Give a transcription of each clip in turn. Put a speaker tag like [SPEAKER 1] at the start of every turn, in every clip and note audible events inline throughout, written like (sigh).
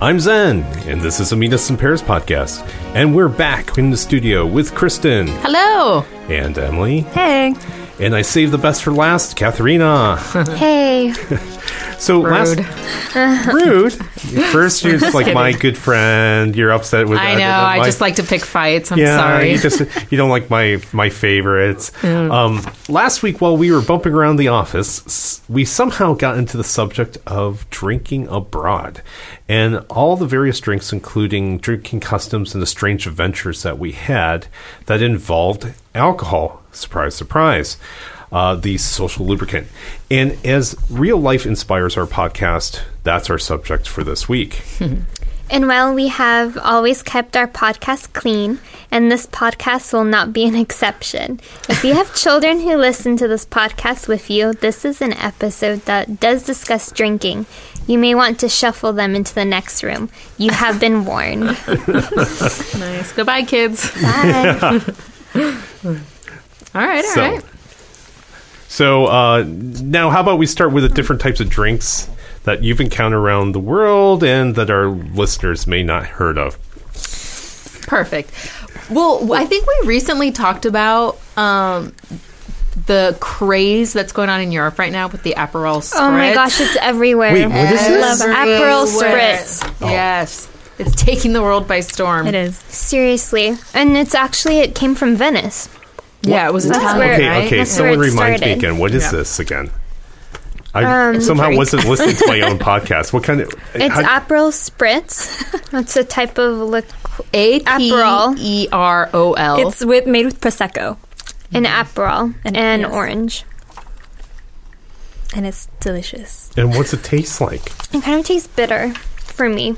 [SPEAKER 1] I'm Zen, and this is a Meet Us in Paris podcast. And we're back in the studio with Kristen
[SPEAKER 2] Hello.
[SPEAKER 1] and Emily.
[SPEAKER 2] Hey.
[SPEAKER 1] And I saved the best for last,
[SPEAKER 2] (laughs)
[SPEAKER 1] Katharina.
[SPEAKER 3] Hey,
[SPEAKER 1] So
[SPEAKER 2] Rude.
[SPEAKER 1] last
[SPEAKER 2] (laughs)
[SPEAKER 1] rude. First you're just like my good friend. You're upset with
[SPEAKER 2] I
[SPEAKER 1] didn't
[SPEAKER 2] know. I just
[SPEAKER 1] like-
[SPEAKER 2] like to pick fights. I'm
[SPEAKER 1] Yeah,
[SPEAKER 2] sorry.
[SPEAKER 1] you
[SPEAKER 2] (laughs)
[SPEAKER 1] just you don't like my my favorites. Um, last week, while we were bumping around the office, s- we somehow got into the subject of drinking abroad, and all the various drinks, including drinking customs and the strange adventures that we had that involved alcohol. Surprise, surprise. Uh, the social lubricant. And as real life inspires our podcast, that's our subject for this week.
[SPEAKER 3] and while we have always kept our podcast clean, and this podcast will not be an exception, if you have children who listen to this podcast with you, this is an episode that does discuss drinking. You may want to shuffle them into the next room. You have
[SPEAKER 1] (laughs)
[SPEAKER 3] been warned.
[SPEAKER 2] nice. Goodbye, kids.
[SPEAKER 3] Bye.
[SPEAKER 2] (laughs) All right. all right.
[SPEAKER 1] So, so uh, now, how about we start with the different types of drinks that you've encountered around the world and that our listeners may not heard of?
[SPEAKER 2] Perfect. Well, I think we recently talked about um, the craze that's going on in Europe right now with the Aperol Spritz.
[SPEAKER 3] Oh my gosh, it's everywhere.
[SPEAKER 1] Wait, what is
[SPEAKER 3] I
[SPEAKER 1] this?
[SPEAKER 3] love Aperol Spritz.
[SPEAKER 1] Oh.
[SPEAKER 2] Yes. It's taking the world by storm.
[SPEAKER 4] It is.
[SPEAKER 3] Seriously. And it's actually, it came from Venice.
[SPEAKER 2] Yeah, it was Italian,
[SPEAKER 3] where-
[SPEAKER 1] Okay,
[SPEAKER 2] right?
[SPEAKER 1] okay.
[SPEAKER 3] That's
[SPEAKER 1] Someone
[SPEAKER 3] where it
[SPEAKER 1] reminds me
[SPEAKER 3] started.
[SPEAKER 1] again. What is
[SPEAKER 2] Yeah. Um,
[SPEAKER 1] this again? I somehow wasn't listening to my
[SPEAKER 2] (laughs)
[SPEAKER 1] own podcast. What kind of?
[SPEAKER 3] It's
[SPEAKER 1] how- (laughs)
[SPEAKER 3] Aperol Spritz. it's a type of liquid.
[SPEAKER 2] A P
[SPEAKER 3] Aperol.
[SPEAKER 2] E R O L.
[SPEAKER 4] It's with made with prosecco,
[SPEAKER 3] an Aperol and,
[SPEAKER 4] And- yes.
[SPEAKER 3] orange.
[SPEAKER 4] and it's delicious.
[SPEAKER 1] and what's it taste like?
[SPEAKER 3] It kind of tastes bitter for me.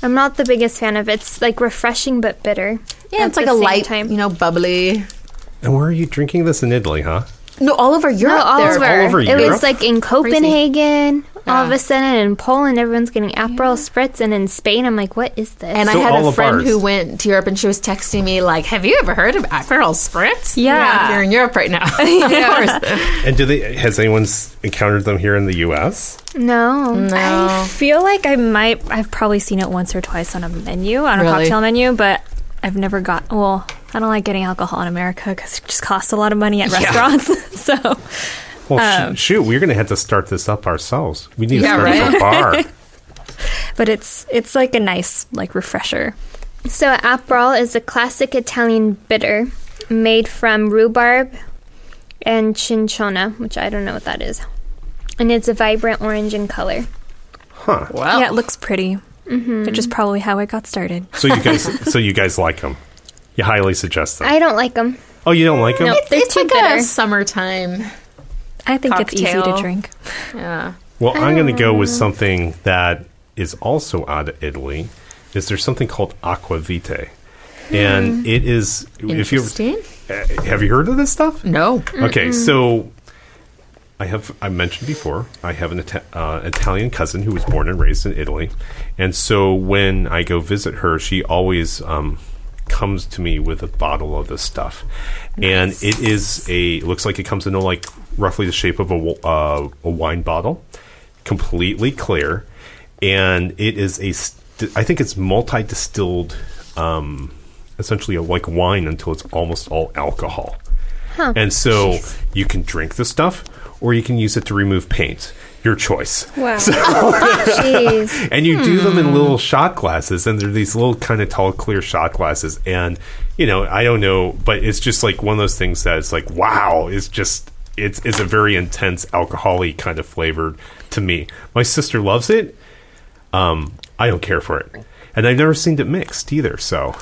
[SPEAKER 3] I'm not the biggest fan of it. It's like refreshing but bitter.
[SPEAKER 2] Yeah,
[SPEAKER 3] at
[SPEAKER 2] it's like
[SPEAKER 3] the
[SPEAKER 2] a
[SPEAKER 3] same
[SPEAKER 2] light,
[SPEAKER 3] time.
[SPEAKER 2] you know, bubbly.
[SPEAKER 1] And where are you drinking this in Italy? Huh?
[SPEAKER 2] No, all over Europe.
[SPEAKER 3] No, all
[SPEAKER 2] there.
[SPEAKER 3] over.
[SPEAKER 1] all over
[SPEAKER 3] it
[SPEAKER 1] Europe?
[SPEAKER 3] was like in Copenhagen. All of
[SPEAKER 2] Yeah.
[SPEAKER 3] a sudden in Poland, everyone's getting Aperol Spritz, and in Spain, I'm like, what is this?
[SPEAKER 2] And
[SPEAKER 1] So
[SPEAKER 2] I had
[SPEAKER 1] all
[SPEAKER 2] a
[SPEAKER 1] of
[SPEAKER 2] friend
[SPEAKER 1] ours.
[SPEAKER 2] who went to Europe and she was texting me like, "Have you ever heard of Aperol Spritz?
[SPEAKER 4] Yeah.
[SPEAKER 2] you're in Europe right now.
[SPEAKER 3] (laughs)
[SPEAKER 2] of course.
[SPEAKER 1] And do they? Has anyone s- encountered them here in the U.S.?
[SPEAKER 3] no.
[SPEAKER 2] Mm.
[SPEAKER 4] I feel like I might. I've probably seen it once or twice on a menu, on a
[SPEAKER 2] Really?
[SPEAKER 4] cocktail menu, but I've never got. Well, I don't like getting alcohol in America because it just costs a lot of money at restaurants. (laughs) so
[SPEAKER 1] Well, sh- shoot, we're going to have to start this up ourselves. We need to
[SPEAKER 2] Oh. Yeah,
[SPEAKER 1] start
[SPEAKER 2] right?
[SPEAKER 1] up a
[SPEAKER 2] (laughs)
[SPEAKER 1] bar.
[SPEAKER 4] but it's it's like a nice like refresher.
[SPEAKER 3] So Aperol is a classic Italian bitter made from rhubarb and cinchona, which I don't know what that is. And it's a vibrant orange in color.
[SPEAKER 1] Huh?
[SPEAKER 2] Well,
[SPEAKER 4] Yeah, it looks pretty,
[SPEAKER 2] Mm-hmm.
[SPEAKER 4] which is probably how it got started.
[SPEAKER 1] So you guys, (laughs) so you guys like them? You highly suggest them?
[SPEAKER 3] I don't
[SPEAKER 2] (laughs)
[SPEAKER 3] like them.
[SPEAKER 1] oh, you don't like them?
[SPEAKER 3] Nope. They're
[SPEAKER 2] it's
[SPEAKER 3] too
[SPEAKER 2] like
[SPEAKER 3] bitter.
[SPEAKER 2] a summertime.
[SPEAKER 4] I think it's easy
[SPEAKER 2] Cocktail.
[SPEAKER 4] to drink.
[SPEAKER 2] Yeah,
[SPEAKER 1] Well, I'm going to go with something that is also out of Italy. Is there something called aqua vitae? And it is if you
[SPEAKER 2] interesting.
[SPEAKER 1] uh, have you heard of this stuff?
[SPEAKER 2] no,
[SPEAKER 1] Okay, so I have I mentioned before I have an Ita- uh, Italian cousin who was born and raised in Italy, and so when I go visit her, she always um, comes to me with a bottle of this stuff, and it is a looks like it comes in like roughly the shape of a wo- uh, a wine bottle, completely clear, and it is a st- I think it's multi distilled. Um, essentially a, like wine until it's almost all alcohol. And so you can drink the stuff or you can use it to remove paint. Your choice.
[SPEAKER 3] Wow. Jeez.
[SPEAKER 1] And you do them in little shot glasses, and they're these little kind of tall, clear shot glasses. And, you know, I don't know, but it's just like one of those things that it's like, wow, it's just, it's, it's a very intense, alcoholic kind of flavor to me. My sister loves it. Um, I don't care for it. And I've never seen it mixed either, so.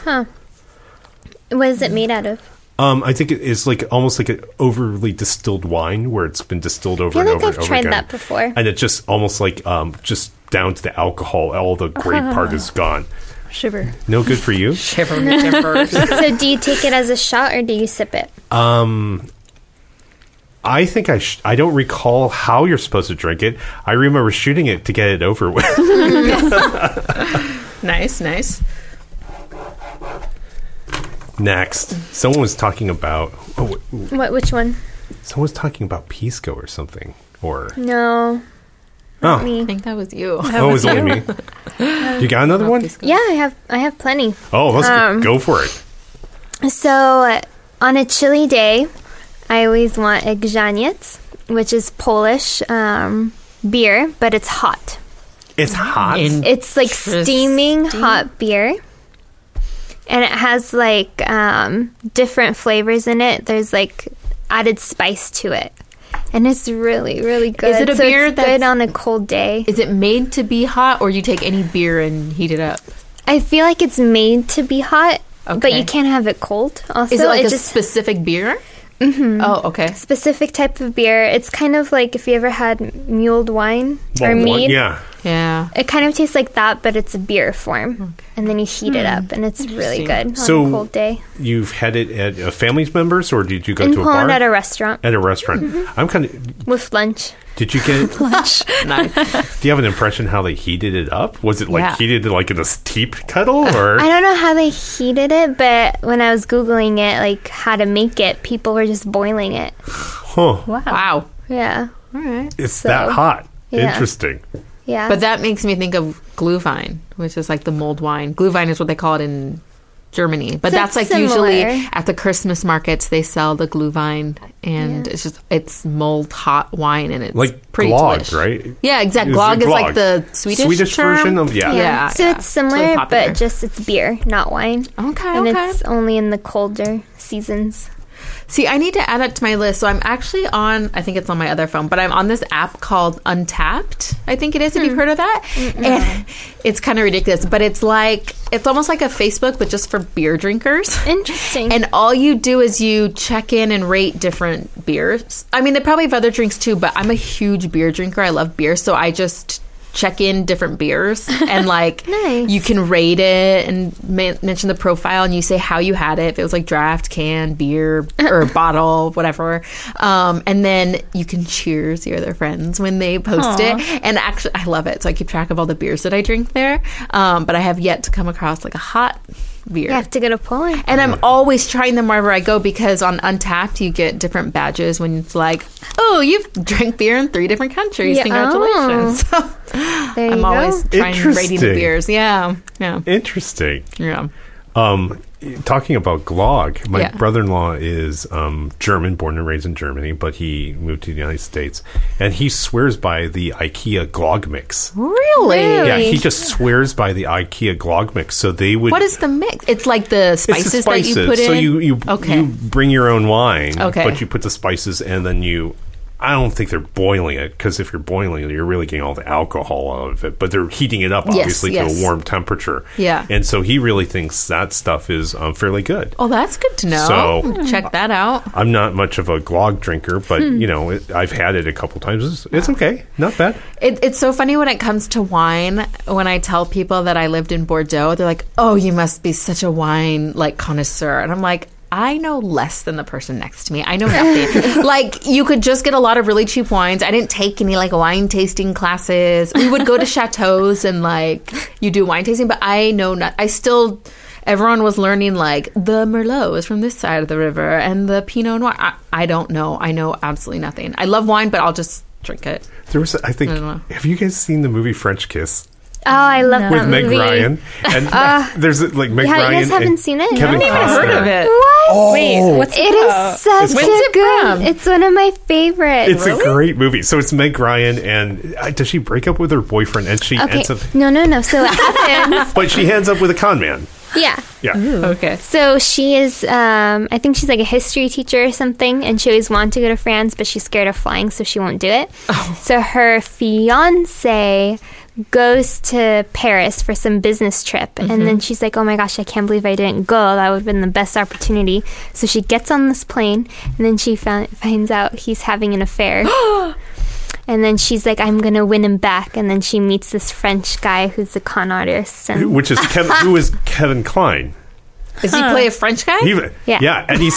[SPEAKER 3] What is it made out of?
[SPEAKER 1] Um, I think it is like almost like an overly distilled wine where it's been distilled over
[SPEAKER 3] feel
[SPEAKER 1] and
[SPEAKER 3] like
[SPEAKER 1] over
[SPEAKER 3] I've
[SPEAKER 1] and over
[SPEAKER 3] tried
[SPEAKER 1] again.
[SPEAKER 3] that before.
[SPEAKER 1] And it just almost like um, just down to the alcohol, all the great part
[SPEAKER 3] (laughs)
[SPEAKER 1] is gone.
[SPEAKER 4] (laughs) Shiver.
[SPEAKER 1] No good for you.
[SPEAKER 2] shiver me timbers.
[SPEAKER 3] So do you take it as a shot or do you sip it?
[SPEAKER 1] Um, I think I sh- I don't recall how you're supposed to drink it. I remember shooting it to get it over with.
[SPEAKER 2] (laughs)
[SPEAKER 1] (laughs)
[SPEAKER 2] nice, nice.
[SPEAKER 1] Next, someone was talking about oh, wait,
[SPEAKER 3] What? Which one?
[SPEAKER 1] someone was talking about pisco or something or
[SPEAKER 3] No.
[SPEAKER 1] Oh,
[SPEAKER 2] I
[SPEAKER 3] Me.
[SPEAKER 2] think that was you.
[SPEAKER 1] oh, it was only me. You got another one?
[SPEAKER 3] Yeah, I have I have plenty.
[SPEAKER 1] Oh, let's go-
[SPEAKER 3] Um,
[SPEAKER 1] go for it.
[SPEAKER 3] So, uh, on a chilly day, I always want a gzaniec, which is Polish um, beer, but it's hot.
[SPEAKER 1] It's hot.
[SPEAKER 2] In-
[SPEAKER 3] It's like
[SPEAKER 2] Tris-
[SPEAKER 3] steaming hot beer. And it has like um, different flavors in it. There's like added spice to it. And it's really, really good.
[SPEAKER 2] it a
[SPEAKER 3] So
[SPEAKER 2] beer
[SPEAKER 3] it's
[SPEAKER 2] that's-
[SPEAKER 3] good on a cold day?
[SPEAKER 2] Is it made to be hot, or you take any beer and heat it up?
[SPEAKER 3] I feel like it's made to be hot, but
[SPEAKER 2] Okay.
[SPEAKER 3] you can't have it cold. Also,
[SPEAKER 2] Is it like a
[SPEAKER 3] just
[SPEAKER 2] specific beer? Mm-hmm. Oh, okay.
[SPEAKER 3] specific type of beer. It's kind of like if you ever had mulled wine
[SPEAKER 1] Well,
[SPEAKER 3] or
[SPEAKER 1] one-
[SPEAKER 3] mead.
[SPEAKER 1] yeah.
[SPEAKER 2] Yeah.
[SPEAKER 3] It kind of tastes like that, but it's a beer form, and then you heat it up, and it's really good on
[SPEAKER 1] So-
[SPEAKER 3] a cold day.
[SPEAKER 1] You've had it at a family's members, or did you go
[SPEAKER 3] In
[SPEAKER 1] to a
[SPEAKER 3] Poland,
[SPEAKER 1] bar?
[SPEAKER 3] at a Mm-hmm. restaurant
[SPEAKER 1] At a restaurant. I'm kind of.
[SPEAKER 3] with lunch.
[SPEAKER 1] Did you
[SPEAKER 2] (laughs)
[SPEAKER 1] get?
[SPEAKER 3] (laughs)
[SPEAKER 2] Nice.
[SPEAKER 1] do you have an impression how they heated it up? Was it like
[SPEAKER 2] Yeah.
[SPEAKER 1] heated like in a steep kettle, or
[SPEAKER 3] I don't know how they heated it, but when I was googling it, like how to make it, people were just boiling it.
[SPEAKER 1] huh?
[SPEAKER 2] wow.
[SPEAKER 3] Yeah,
[SPEAKER 2] All right.
[SPEAKER 1] It's that hot.
[SPEAKER 3] yeah.
[SPEAKER 1] Interesting.
[SPEAKER 3] yeah.
[SPEAKER 2] But that makes me think of Glühwein, which is like the mold wine. Glühwein is what they call it in Germany, but
[SPEAKER 3] So
[SPEAKER 2] that's like
[SPEAKER 3] it's similar.
[SPEAKER 2] usually at the Christmas markets they sell the Glühwein, and it's just it's mulled hot wine, and it's
[SPEAKER 1] Like
[SPEAKER 2] pretty
[SPEAKER 1] glog,
[SPEAKER 2] delish.
[SPEAKER 1] right?
[SPEAKER 2] Yeah,
[SPEAKER 1] Is
[SPEAKER 2] exactly.
[SPEAKER 1] it
[SPEAKER 2] Glog is like
[SPEAKER 1] glog?
[SPEAKER 2] the Swedish
[SPEAKER 1] Swedish
[SPEAKER 2] term.
[SPEAKER 1] version of- yeah.
[SPEAKER 2] yeah.
[SPEAKER 3] so
[SPEAKER 2] yeah.
[SPEAKER 3] it's
[SPEAKER 2] really
[SPEAKER 3] similar,
[SPEAKER 2] popular.
[SPEAKER 3] but just it's beer, not wine.
[SPEAKER 2] Okay,
[SPEAKER 3] and
[SPEAKER 2] Oh, okay.
[SPEAKER 3] it's only in the colder seasons.
[SPEAKER 2] See, I need to add it to my list. So I'm actually on, I think it's on my other phone, but I'm on this app called Untapped. I think it is, if you've heard of that. And (laughs) it's kind of ridiculous, but it's like, it's almost like a Facebook, but just for beer drinkers.
[SPEAKER 3] Interesting.
[SPEAKER 2] And all you do is you check in and rate different beers. I mean, they probably have other drinks too, but I'm a huge beer drinker. I love beer, so I just check in different
[SPEAKER 3] (laughs)
[SPEAKER 2] beers and like
[SPEAKER 3] Nice.
[SPEAKER 2] you can rate it and ma- mention the profile and you say how you had it if it was like draft can beer
[SPEAKER 3] (laughs)
[SPEAKER 2] or bottle whatever um, and then you can cheers your other friends when they post it and actually i love it so i keep track of all the beers that i drink there um, but i have yet to come across like a hot beer
[SPEAKER 3] you have to go to Poland.
[SPEAKER 2] and I'm always trying them wherever I go because on Untapped you get different badges when it's like, oh, you've drank beer in three different countries.
[SPEAKER 3] Yeah. Oh.
[SPEAKER 2] Congratulations! (laughs)
[SPEAKER 3] There you
[SPEAKER 2] I'm
[SPEAKER 3] go.
[SPEAKER 2] always trying rating the
[SPEAKER 1] Interesting.
[SPEAKER 2] beers. Yeah, yeah,
[SPEAKER 1] Interesting.
[SPEAKER 2] yeah.
[SPEAKER 1] Um, talking about Glog, my
[SPEAKER 2] Yeah.
[SPEAKER 1] brother-in-law is um, German, born and raised in Germany, but he moved to the United States, and he swears by the IKEA Glog mix.
[SPEAKER 2] Really?
[SPEAKER 3] Really?
[SPEAKER 1] Yeah, he just swears by the IKEA Glog mix. So they would.
[SPEAKER 2] What is the mix? It's like the
[SPEAKER 1] it's
[SPEAKER 2] spices,
[SPEAKER 1] the spices?
[SPEAKER 2] that you put in.
[SPEAKER 1] so you you
[SPEAKER 2] okay.
[SPEAKER 1] you bring your own wine,
[SPEAKER 2] Okay.
[SPEAKER 1] but you put the spices and then you. I don't think they're boiling it because if you're boiling it, you're really getting all the alcohol out of it. But they're heating it up
[SPEAKER 2] Yes,
[SPEAKER 1] obviously to
[SPEAKER 2] yes.
[SPEAKER 1] a warm temperature.
[SPEAKER 2] Yeah.
[SPEAKER 1] and so he really thinks that stuff is um, fairly good.
[SPEAKER 2] oh, that's good to know.
[SPEAKER 1] So-
[SPEAKER 2] check that out.
[SPEAKER 1] I'm not much of a glog drinker, but
[SPEAKER 2] Hmm.
[SPEAKER 1] you know, it, I've had it a couple times. It's, it's okay, not bad.
[SPEAKER 2] It, it's so funny when it comes to wine. When I tell people that I lived in Bordeaux, they're like, "Oh, you must be such a wine like connoisseur," and I'm like. I know less than the person next to me. I know nothing. like you could just get a lot of really cheap wines. I didn't take any like wine tasting classes. We would go to chateaus and like you do wine tasting, but I know not. I still everyone was learning like the merlot is from this side of the river and the pinot noir. I, I don't know. I know absolutely nothing. I love wine, but I'll just drink it.
[SPEAKER 1] There was, I think,
[SPEAKER 2] I don't know.
[SPEAKER 1] have you guys seen the movie French Kiss
[SPEAKER 3] Oh, I love
[SPEAKER 4] No.
[SPEAKER 3] that
[SPEAKER 1] with Meg
[SPEAKER 3] movie. Uh,
[SPEAKER 1] Ryan?
[SPEAKER 3] (laughs)
[SPEAKER 1] And there's like Meg
[SPEAKER 3] Yeah, you guys
[SPEAKER 1] Ryan.
[SPEAKER 3] haven't
[SPEAKER 1] and
[SPEAKER 3] seen it?
[SPEAKER 1] Kevin
[SPEAKER 3] I
[SPEAKER 1] Costner.
[SPEAKER 3] haven't
[SPEAKER 2] heard of it.
[SPEAKER 3] What?
[SPEAKER 4] Wait,
[SPEAKER 1] Oh.
[SPEAKER 4] what's
[SPEAKER 3] It is such
[SPEAKER 1] It's
[SPEAKER 3] a
[SPEAKER 1] called-
[SPEAKER 2] it
[SPEAKER 3] good.
[SPEAKER 2] from?
[SPEAKER 3] It's one of my favorites.
[SPEAKER 1] It's a great movie. So it's Meg Ryan, and uh, does she break up with her boyfriend? And she
[SPEAKER 3] okay.
[SPEAKER 1] ends up,
[SPEAKER 3] No, no,
[SPEAKER 1] (laughs)
[SPEAKER 3] no. So what happens?
[SPEAKER 1] but she ends up with a con man.
[SPEAKER 3] yeah.
[SPEAKER 1] Yeah,
[SPEAKER 2] Okay.
[SPEAKER 3] So she is. Um, I think she's like a history teacher or something, and she always wanted to go to France, but she's scared of flying, so she won't do it. So her fiance goes to Paris for some business trip, and then she's like, "Oh my gosh, I can't believe I didn't go. That would have been the best opportunity." So she gets on this plane, and then she found, finds out he's having an affair. And then she's like, I'm gonna win him back. And then she meets this French guy who's a con artist. And
[SPEAKER 1] which is
[SPEAKER 3] (laughs)
[SPEAKER 1] Kevin, who is Kevin Klein.
[SPEAKER 2] Does he play a French guy?
[SPEAKER 1] He,
[SPEAKER 3] Yeah.
[SPEAKER 1] yeah. and he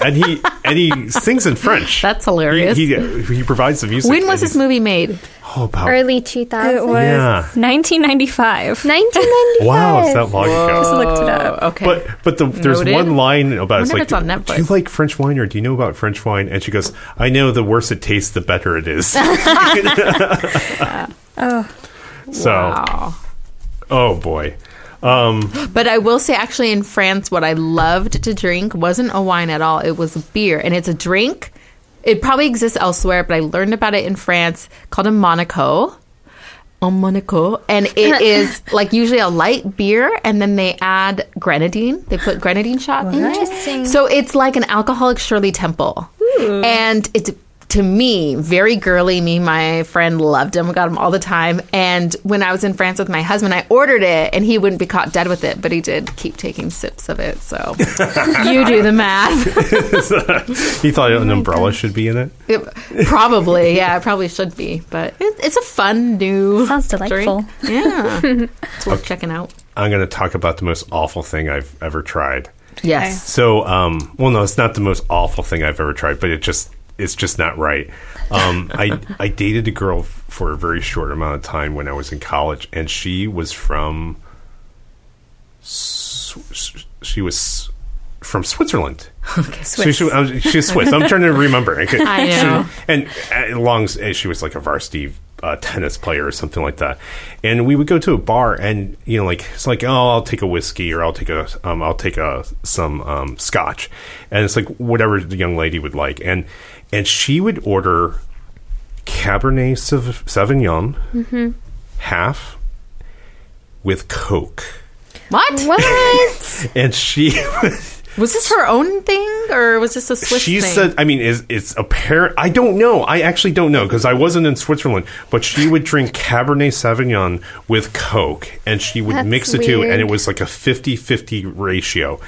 [SPEAKER 1] and he and he sings in
[SPEAKER 3] (laughs)
[SPEAKER 1] French.
[SPEAKER 2] That's hilarious.
[SPEAKER 1] He, he, he provides the music.
[SPEAKER 2] when
[SPEAKER 1] and
[SPEAKER 2] was this
[SPEAKER 1] he's-
[SPEAKER 2] movie made?
[SPEAKER 1] Oh, about
[SPEAKER 3] early 2000s.
[SPEAKER 4] It was
[SPEAKER 1] Yeah.
[SPEAKER 4] 1995.
[SPEAKER 3] 1995.
[SPEAKER 1] Wow, it's that long ago.
[SPEAKER 4] Just looked it up.
[SPEAKER 2] Oh, okay.
[SPEAKER 1] Uh, But
[SPEAKER 2] (laughs)
[SPEAKER 1] but the, there's
[SPEAKER 2] Noted.
[SPEAKER 1] one line about it. it's
[SPEAKER 2] wonder
[SPEAKER 1] like
[SPEAKER 2] if it's on
[SPEAKER 1] do you
[SPEAKER 2] Netflix."
[SPEAKER 1] like French wine or do you know about (laughs)
[SPEAKER 2] (laughs)
[SPEAKER 1] French wine? And she goes, I know the worse it tastes, the better it is.
[SPEAKER 4] Oh,
[SPEAKER 1] So,
[SPEAKER 2] Wow.
[SPEAKER 1] oh boy.
[SPEAKER 2] But I will say, actually, in France, what I loved to drink wasn't a wine at all. It was a beer, and it's a drink. It probably exists elsewhere, but I learned about it in France called a Monaco. A Monaco, and (laughs) it is like usually a light beer, and then they add grenadine. They put grenadine shot. in it.
[SPEAKER 3] Interesting.
[SPEAKER 2] So it's like an alcoholic Shirley Temple, and it's to me very girly. Me, my friend loved him. We got him all the time. And when I was in France with my husband, I ordered it, and he wouldn't be caught dead with it, but he did keep taking sips of it. So
[SPEAKER 1] (laughs)
[SPEAKER 2] you do the math. (laughs)
[SPEAKER 1] He thought
[SPEAKER 2] Oh
[SPEAKER 1] an umbrella should be in it.
[SPEAKER 2] It- probably, yeah, it probably should be, but it, it's a fun new
[SPEAKER 4] Sounds
[SPEAKER 2] drink.
[SPEAKER 4] delightful. (laughs)
[SPEAKER 2] Yeah, it's worth checking out.
[SPEAKER 1] I'm going to talk about the most awful thing I've ever tried.
[SPEAKER 2] Yes.
[SPEAKER 1] So, um, well, no, it's not the most awful thing I've ever tried, but it just it's just not right.
[SPEAKER 2] (laughs)
[SPEAKER 1] Um, I I dated a girl f- for a very short amount of time when I was in college, and she was from S- s- she was from
[SPEAKER 2] (laughs)
[SPEAKER 1] Switzerland. So
[SPEAKER 4] Swiss.
[SPEAKER 1] she, I was, she was Swiss. I'm trying to remember. I, could,
[SPEAKER 2] I know.
[SPEAKER 1] She, and uh, long, as- uh, she was like a varsity uh, tennis player or something like that. And we would go to a bar, and you know, like it's like, oh, I'll take a whiskey or I'll take a, um, I'll take a some um, scotch, and it's like whatever the young lady would like, and and she would order Cabernet Sauv- Sauvignon,
[SPEAKER 2] Mm-hmm.
[SPEAKER 1] half with Coke,
[SPEAKER 2] What?
[SPEAKER 3] What?
[SPEAKER 1] and she.
[SPEAKER 2] (laughs)
[SPEAKER 1] (laughs)
[SPEAKER 2] was this her own thing, or was this a Swiss
[SPEAKER 1] she
[SPEAKER 2] thing?
[SPEAKER 1] said i mean is it's apparent i don't know i actually don't know because i wasn't in switzerland but she would drink cabernet sauvignon with coke and she would
[SPEAKER 3] That's
[SPEAKER 1] mix the two and it
[SPEAKER 3] weird.
[SPEAKER 1] was like a 50-50 ratio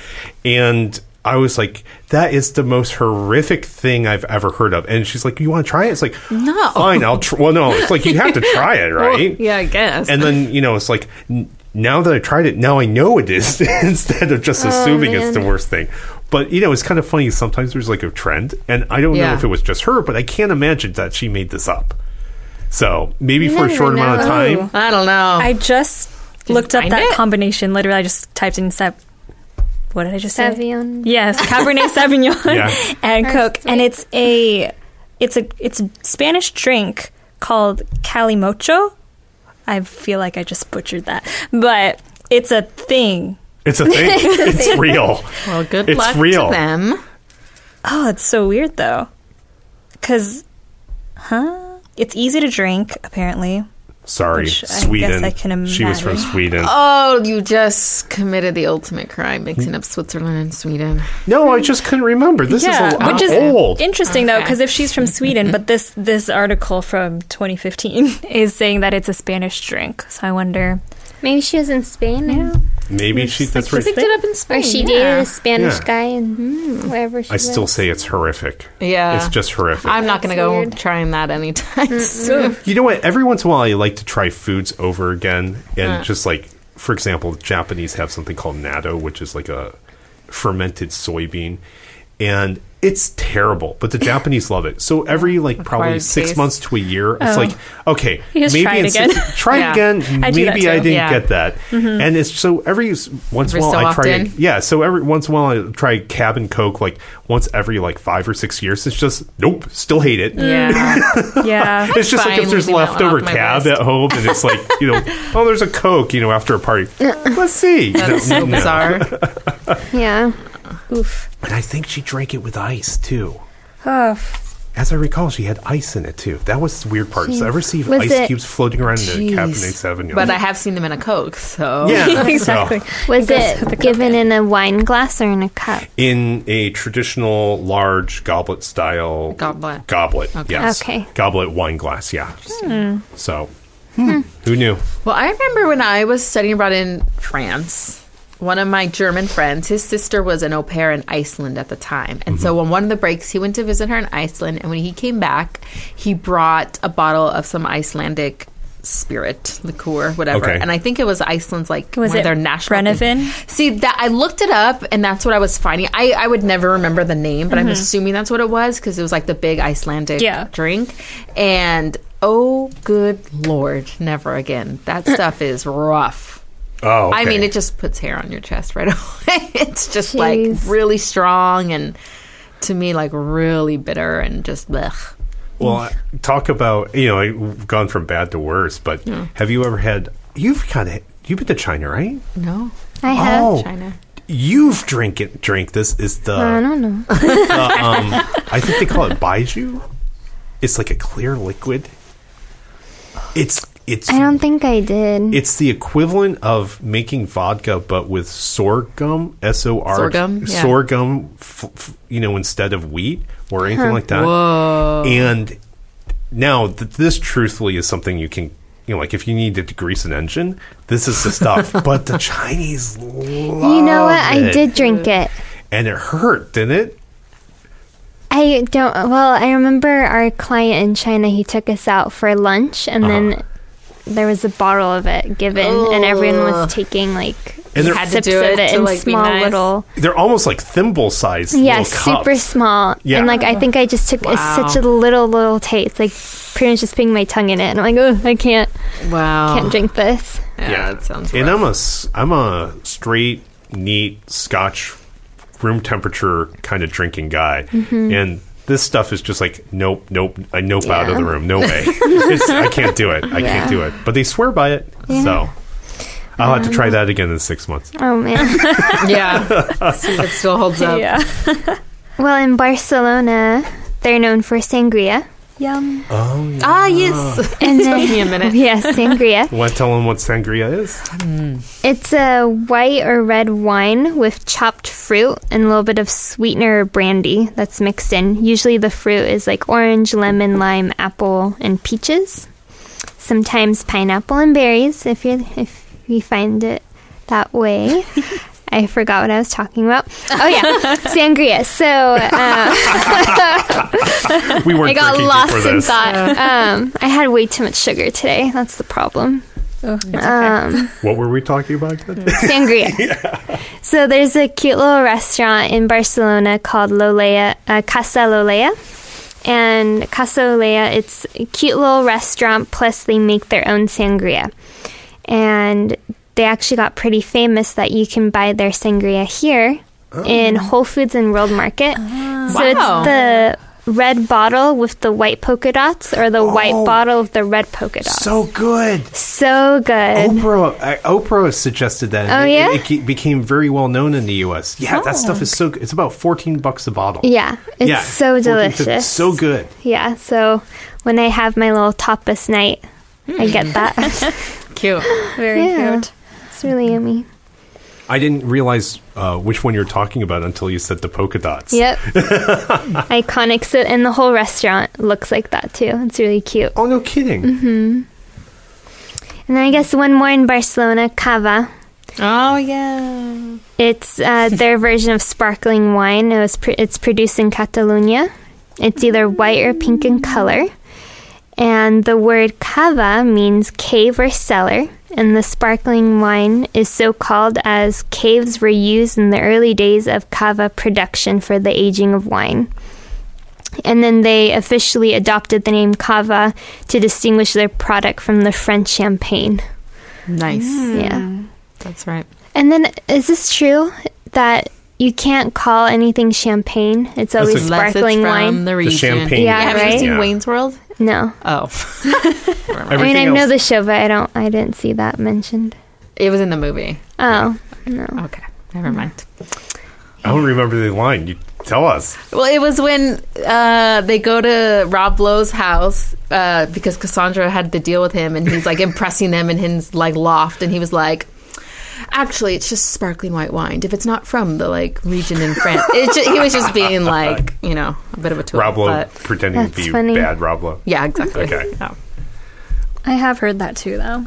[SPEAKER 1] and i was like that is the most horrific thing i've ever heard of and she's like you want to try it it's like
[SPEAKER 2] No.
[SPEAKER 1] fine i'll tr- well no it's like you have to try it
[SPEAKER 2] (laughs) Well,
[SPEAKER 1] right
[SPEAKER 2] yeah, I guess.
[SPEAKER 1] and then you know it's like n- now that I tried it, now I know it is (laughs) instead of just assuming it's the worst thing. But you know, it's kind of funny. Sometimes there's like a trend, and I don't know
[SPEAKER 2] Yeah.
[SPEAKER 1] if it was just her, but I can't imagine that she made this up. So maybe for a
[SPEAKER 3] never
[SPEAKER 1] short amount of
[SPEAKER 3] know.
[SPEAKER 1] time,
[SPEAKER 2] I don't know.
[SPEAKER 4] I just looked up
[SPEAKER 2] Oh. find
[SPEAKER 4] that
[SPEAKER 2] it?
[SPEAKER 4] combination. Literally, I just typed in sep. What did I just say?
[SPEAKER 3] Savion.
[SPEAKER 4] Yes,
[SPEAKER 2] (laughs)
[SPEAKER 4] Cabernet Sauvignon
[SPEAKER 1] Yeah.
[SPEAKER 4] and
[SPEAKER 3] Or
[SPEAKER 4] Coke, and
[SPEAKER 3] sweet.
[SPEAKER 4] it's a it's a it's a Spanish drink called calimocho. I feel like I just butchered that, but it's a thing.
[SPEAKER 1] it's a thing. it's real.
[SPEAKER 2] well, good
[SPEAKER 1] It's
[SPEAKER 2] luck
[SPEAKER 1] real.
[SPEAKER 2] to them.
[SPEAKER 4] Oh, it's so weird though, because huh? It's easy to drink apparently.
[SPEAKER 1] Sorry,
[SPEAKER 4] Which I guess
[SPEAKER 1] Sweden.
[SPEAKER 4] I can
[SPEAKER 1] She was from
[SPEAKER 4] imagine.
[SPEAKER 1] Sweden.
[SPEAKER 2] Oh, you just committed the ultimate crime, mixing up Switzerland and Sweden.
[SPEAKER 1] no, I just couldn't remember. This is a
[SPEAKER 4] which
[SPEAKER 1] lot
[SPEAKER 4] is
[SPEAKER 1] old.
[SPEAKER 4] interesting though,
[SPEAKER 2] Okay.
[SPEAKER 4] because if she's from Sweden, but this this article from 2015 (laughs) is saying that it's a Spanish drink. So I wonder.
[SPEAKER 3] Maybe she was in Spain. and-
[SPEAKER 1] Maybe she. That's right.
[SPEAKER 2] Picked it up in Spain.
[SPEAKER 3] Or she
[SPEAKER 2] yeah.
[SPEAKER 3] dated a Spanish
[SPEAKER 1] Yeah.
[SPEAKER 3] guy and wherever she
[SPEAKER 1] I still
[SPEAKER 3] lives.
[SPEAKER 1] say it's horrific.
[SPEAKER 2] Yeah.
[SPEAKER 1] it's just horrific.
[SPEAKER 2] I'm not going to
[SPEAKER 3] That's
[SPEAKER 2] go
[SPEAKER 3] weird.
[SPEAKER 2] trying that anytime
[SPEAKER 3] (laughs)
[SPEAKER 2] soon.
[SPEAKER 1] You know what? Every once in a while, I like to try foods over again, and just like, for example, Japanese have something called natto, which is like a fermented soybean, and it's terrible, but
[SPEAKER 4] (laughs)
[SPEAKER 1] the Japanese love it. So every like probably
[SPEAKER 2] Acquired
[SPEAKER 1] six
[SPEAKER 2] taste.
[SPEAKER 1] months to a year, it's like okay,
[SPEAKER 4] Oh. (laughs) You just try it
[SPEAKER 1] it's
[SPEAKER 4] again.
[SPEAKER 1] (laughs) try
[SPEAKER 2] Yeah.
[SPEAKER 1] it again.
[SPEAKER 4] I do
[SPEAKER 1] maybe
[SPEAKER 4] that
[SPEAKER 1] I
[SPEAKER 4] too. Mm-hmm.
[SPEAKER 1] didn't
[SPEAKER 2] Yeah.
[SPEAKER 1] get that, and it's so every s- once in a
[SPEAKER 2] Every
[SPEAKER 1] while
[SPEAKER 2] so
[SPEAKER 1] I try.
[SPEAKER 2] often.
[SPEAKER 1] It, yeah, so every once in a while I try Cabin Coke like once every like five or six years. It's just nope, still hate it
[SPEAKER 2] Yeah.
[SPEAKER 4] (laughs) Yeah,
[SPEAKER 1] it's just like
[SPEAKER 2] fine,
[SPEAKER 1] if there's
[SPEAKER 2] leave that one
[SPEAKER 1] leftover
[SPEAKER 2] off my
[SPEAKER 1] cab
[SPEAKER 2] list.
[SPEAKER 1] at home and it's like you
[SPEAKER 2] (laughs)
[SPEAKER 1] know oh there's a coke you know after a party let's see
[SPEAKER 2] That's
[SPEAKER 1] No,
[SPEAKER 2] so
[SPEAKER 1] no.
[SPEAKER 2] bizarre.
[SPEAKER 3] Yeah.
[SPEAKER 1] and i think she drank it with ice too
[SPEAKER 4] Oh,
[SPEAKER 1] as i recall she had ice in it too that was the weird part so ever see
[SPEAKER 3] Was
[SPEAKER 1] ice
[SPEAKER 3] it-
[SPEAKER 1] cubes floating around in a
[SPEAKER 2] Jeez.
[SPEAKER 1] cabernet sauvignon
[SPEAKER 2] But I (laughs) have seen them in a Coke, so. (laughs)
[SPEAKER 1] yeah
[SPEAKER 4] exactly.
[SPEAKER 1] So,
[SPEAKER 3] Was (laughs) it given in a wine glass or in a cup?
[SPEAKER 1] in a traditional large goblet style
[SPEAKER 2] Goblet.
[SPEAKER 1] goblet yes
[SPEAKER 3] Okay.
[SPEAKER 1] goblet wine glass yeah so hmm, who knew
[SPEAKER 2] Well, I remember when I was studying abroad in France, one of my German friends, his sister was an au pair in Iceland at the time. And so on one of the breaks, he went to visit her in Iceland. And when he came back, he brought a bottle of some Icelandic spirit, liqueur, whatever.
[SPEAKER 1] Okay.
[SPEAKER 2] And I think it was Iceland's like
[SPEAKER 4] Was
[SPEAKER 2] one
[SPEAKER 4] it
[SPEAKER 2] of their national. things.
[SPEAKER 4] Brennivin?
[SPEAKER 2] See that I looked it up, and that's what I was finding. I, I would never remember the name, but
[SPEAKER 3] Mm-hmm.
[SPEAKER 2] I'm assuming that's what it was because it was like the big Icelandic
[SPEAKER 4] Yeah.
[SPEAKER 2] drink. And oh, good lord, never again.
[SPEAKER 3] (laughs)
[SPEAKER 2] That stuff is rough.
[SPEAKER 1] oh
[SPEAKER 2] I mean,
[SPEAKER 1] okay.
[SPEAKER 2] it just puts hair on your chest right (laughs) away. it's just
[SPEAKER 3] Jeez.
[SPEAKER 2] like really strong and to me, like really bitter and just blech.
[SPEAKER 1] Well, I- talk about you know, like, we've gone from bad to worse. But have you ever had? You've kind of you've been to China, right?
[SPEAKER 2] No.
[SPEAKER 3] I have.
[SPEAKER 1] oh,
[SPEAKER 2] China.
[SPEAKER 1] You've drink it. Drink this is the.
[SPEAKER 3] I don't know.
[SPEAKER 1] um, I think they call it baiju. It's like a clear liquid. It's it's
[SPEAKER 3] I don't think I did.
[SPEAKER 1] it's the equivalent of making vodka, but with sorghum, S O R
[SPEAKER 2] Sorghum, yeah.
[SPEAKER 1] sorghum, f- f- you know, instead of wheat or anything like that.
[SPEAKER 2] Whoa.
[SPEAKER 1] And now th- this truthfully is something you can. You know, like if you needed to grease an engine, this is the
[SPEAKER 2] (laughs)
[SPEAKER 1] stuff. but the Chinese love
[SPEAKER 3] you know what? I
[SPEAKER 1] it.
[SPEAKER 3] did drink it.
[SPEAKER 1] and it hurt, didn't it?
[SPEAKER 3] I don't. Well, I remember our client in China. He took us out for lunch, and
[SPEAKER 1] Uh-huh.
[SPEAKER 3] then there was a bottle of it given, and everyone was taking like
[SPEAKER 1] And they're
[SPEAKER 2] Had to
[SPEAKER 3] sips
[SPEAKER 2] do
[SPEAKER 3] of
[SPEAKER 2] it
[SPEAKER 3] it
[SPEAKER 2] to,
[SPEAKER 3] in
[SPEAKER 2] like, be
[SPEAKER 3] small
[SPEAKER 2] nice.
[SPEAKER 3] little,
[SPEAKER 1] they're almost like thimble sized.
[SPEAKER 3] yeah, super small.
[SPEAKER 1] Yeah.
[SPEAKER 3] And like I think I just took a- such a little little taste, like pretty much just putting my tongue in it, and I'm like, oh, I can't,
[SPEAKER 2] Wow.
[SPEAKER 3] can't drink this.
[SPEAKER 2] Yeah, that sounds
[SPEAKER 1] And
[SPEAKER 2] rough.
[SPEAKER 1] I'm a s- I'm a straight, neat Scotch, room temperature kind of drinking guy, and this stuff is just like nope, nope. I nope out of the
[SPEAKER 2] Yeah.
[SPEAKER 1] room. No way. it's, I can't do it. I can't do it. But they swear by it, so I'll have to try that again in six months.
[SPEAKER 3] Oh man.
[SPEAKER 2] (laughs)
[SPEAKER 1] (laughs)
[SPEAKER 2] Yeah. See if it still holds up.
[SPEAKER 4] Yeah.
[SPEAKER 3] well, in Barcelona, they're known for sangria.
[SPEAKER 4] Yum.
[SPEAKER 1] Oh, yeah.
[SPEAKER 2] Ah, yes. (laughs)
[SPEAKER 3] And
[SPEAKER 2] Give
[SPEAKER 3] then,
[SPEAKER 2] me a minute.
[SPEAKER 3] yeah, sangria.
[SPEAKER 1] Want to tell them what sangria is?
[SPEAKER 3] It's a white or red wine with chopped fruit and a little bit of sweetener or brandy that's mixed in. Usually the fruit is like orange, lemon, lime, apple, and peaches. Sometimes pineapple and berries if you if you find it
[SPEAKER 1] (laughs)
[SPEAKER 3] that way. I forgot what I was talking about. Oh yeah, sangria.
[SPEAKER 1] (laughs)
[SPEAKER 3] So uh,
[SPEAKER 1] We weren't
[SPEAKER 3] I got
[SPEAKER 1] drinking
[SPEAKER 3] lost
[SPEAKER 1] before
[SPEAKER 3] in
[SPEAKER 1] this. (laughs)
[SPEAKER 3] thought. Um, I had way too much sugar today. That's the problem. Um,
[SPEAKER 1] What were we talking about? (laughs)
[SPEAKER 3] sangria. So there's a cute little restaurant in Barcelona called Lolea, uh, Casa Lolea. And Casa Lolea, it's a cute little restaurant, plus they make their own sangria. And they actually got pretty famous that you can buy their sangria here in
[SPEAKER 1] Oh.
[SPEAKER 3] Whole Foods and World Market.
[SPEAKER 1] Ah.
[SPEAKER 3] So
[SPEAKER 2] Wow.
[SPEAKER 3] it's the red bottle with the white polka dots or the
[SPEAKER 1] Oh.
[SPEAKER 3] white bottle with the red polka dots.
[SPEAKER 1] so Oh. good.
[SPEAKER 3] So good.
[SPEAKER 1] Oprah, I, Oprah suggested that.
[SPEAKER 3] Oh,
[SPEAKER 1] It- it-
[SPEAKER 3] yeah?
[SPEAKER 1] it, ke- became very well known in the U.S. Yeah, that stuff is so. good. It's about fourteen bucks a bottle.
[SPEAKER 3] Yeah, it's
[SPEAKER 1] Yeah,
[SPEAKER 3] so
[SPEAKER 1] 14 to-
[SPEAKER 3] delicious.
[SPEAKER 1] So good.
[SPEAKER 3] Yeah, so when I have my little tapas night, I get that.
[SPEAKER 2] Cute.
[SPEAKER 4] Very
[SPEAKER 3] Yeah.
[SPEAKER 4] cute.
[SPEAKER 3] it's really yummy.
[SPEAKER 1] I didn't realize uh, which one you were talking about until you said the polka dots.
[SPEAKER 3] Yep. (laughs) Iconic. So, and the whole restaurant looks like that too. It's really cute.
[SPEAKER 1] Oh no, kidding.
[SPEAKER 3] Mm-hmm. And then I guess one more in Barcelona, Cava.
[SPEAKER 2] Oh, yeah.
[SPEAKER 3] It's uh, their version of sparkling wine. It was pr- it's produced in Catalonia. It's either white or pink in color. And the word cava means cave or cellar. And the sparkling wine is so called as caves were used in the early days of cava production for the aging of wine. And then they officially adopted the name cava to distinguish their product from the French champagne.
[SPEAKER 2] Nice.
[SPEAKER 3] Yeah.
[SPEAKER 2] That's right.
[SPEAKER 3] And then, is this true that you can't call anything champagne? It's always
[SPEAKER 1] a-
[SPEAKER 2] Unless
[SPEAKER 3] sparkling
[SPEAKER 2] it's from
[SPEAKER 3] wine.
[SPEAKER 2] the region.
[SPEAKER 1] champagne.
[SPEAKER 3] Yeah,
[SPEAKER 2] Yeah, have
[SPEAKER 3] right?
[SPEAKER 2] you seen
[SPEAKER 1] Yeah.
[SPEAKER 2] Wayne's World?
[SPEAKER 3] no,
[SPEAKER 2] (laughs) Oh.
[SPEAKER 3] I mean
[SPEAKER 1] Everything
[SPEAKER 3] I know
[SPEAKER 1] else-
[SPEAKER 3] the show, but I don't. I didn't see that mentioned.
[SPEAKER 2] it was in the movie. Mm.
[SPEAKER 3] Oh no,
[SPEAKER 2] Okay. Never mind.
[SPEAKER 1] I don't remember the line. You tell us.
[SPEAKER 2] Well, it was when uh, they go to Rob Lowe's house uh, because Cassandra had the deal with him, and he's like impressing them in his like loft, and he was like, "Actually, it's just sparkling white wine. If it's not from the like region in France, it ju- he was just being like, you know, a bit of a tool."
[SPEAKER 1] Roblo
[SPEAKER 2] but-
[SPEAKER 1] pretending to
[SPEAKER 3] That's
[SPEAKER 1] be
[SPEAKER 3] funny.
[SPEAKER 1] bad Roblo.
[SPEAKER 2] yeah, exactly.
[SPEAKER 1] Okay.
[SPEAKER 2] Oh.
[SPEAKER 4] I have heard that too, though.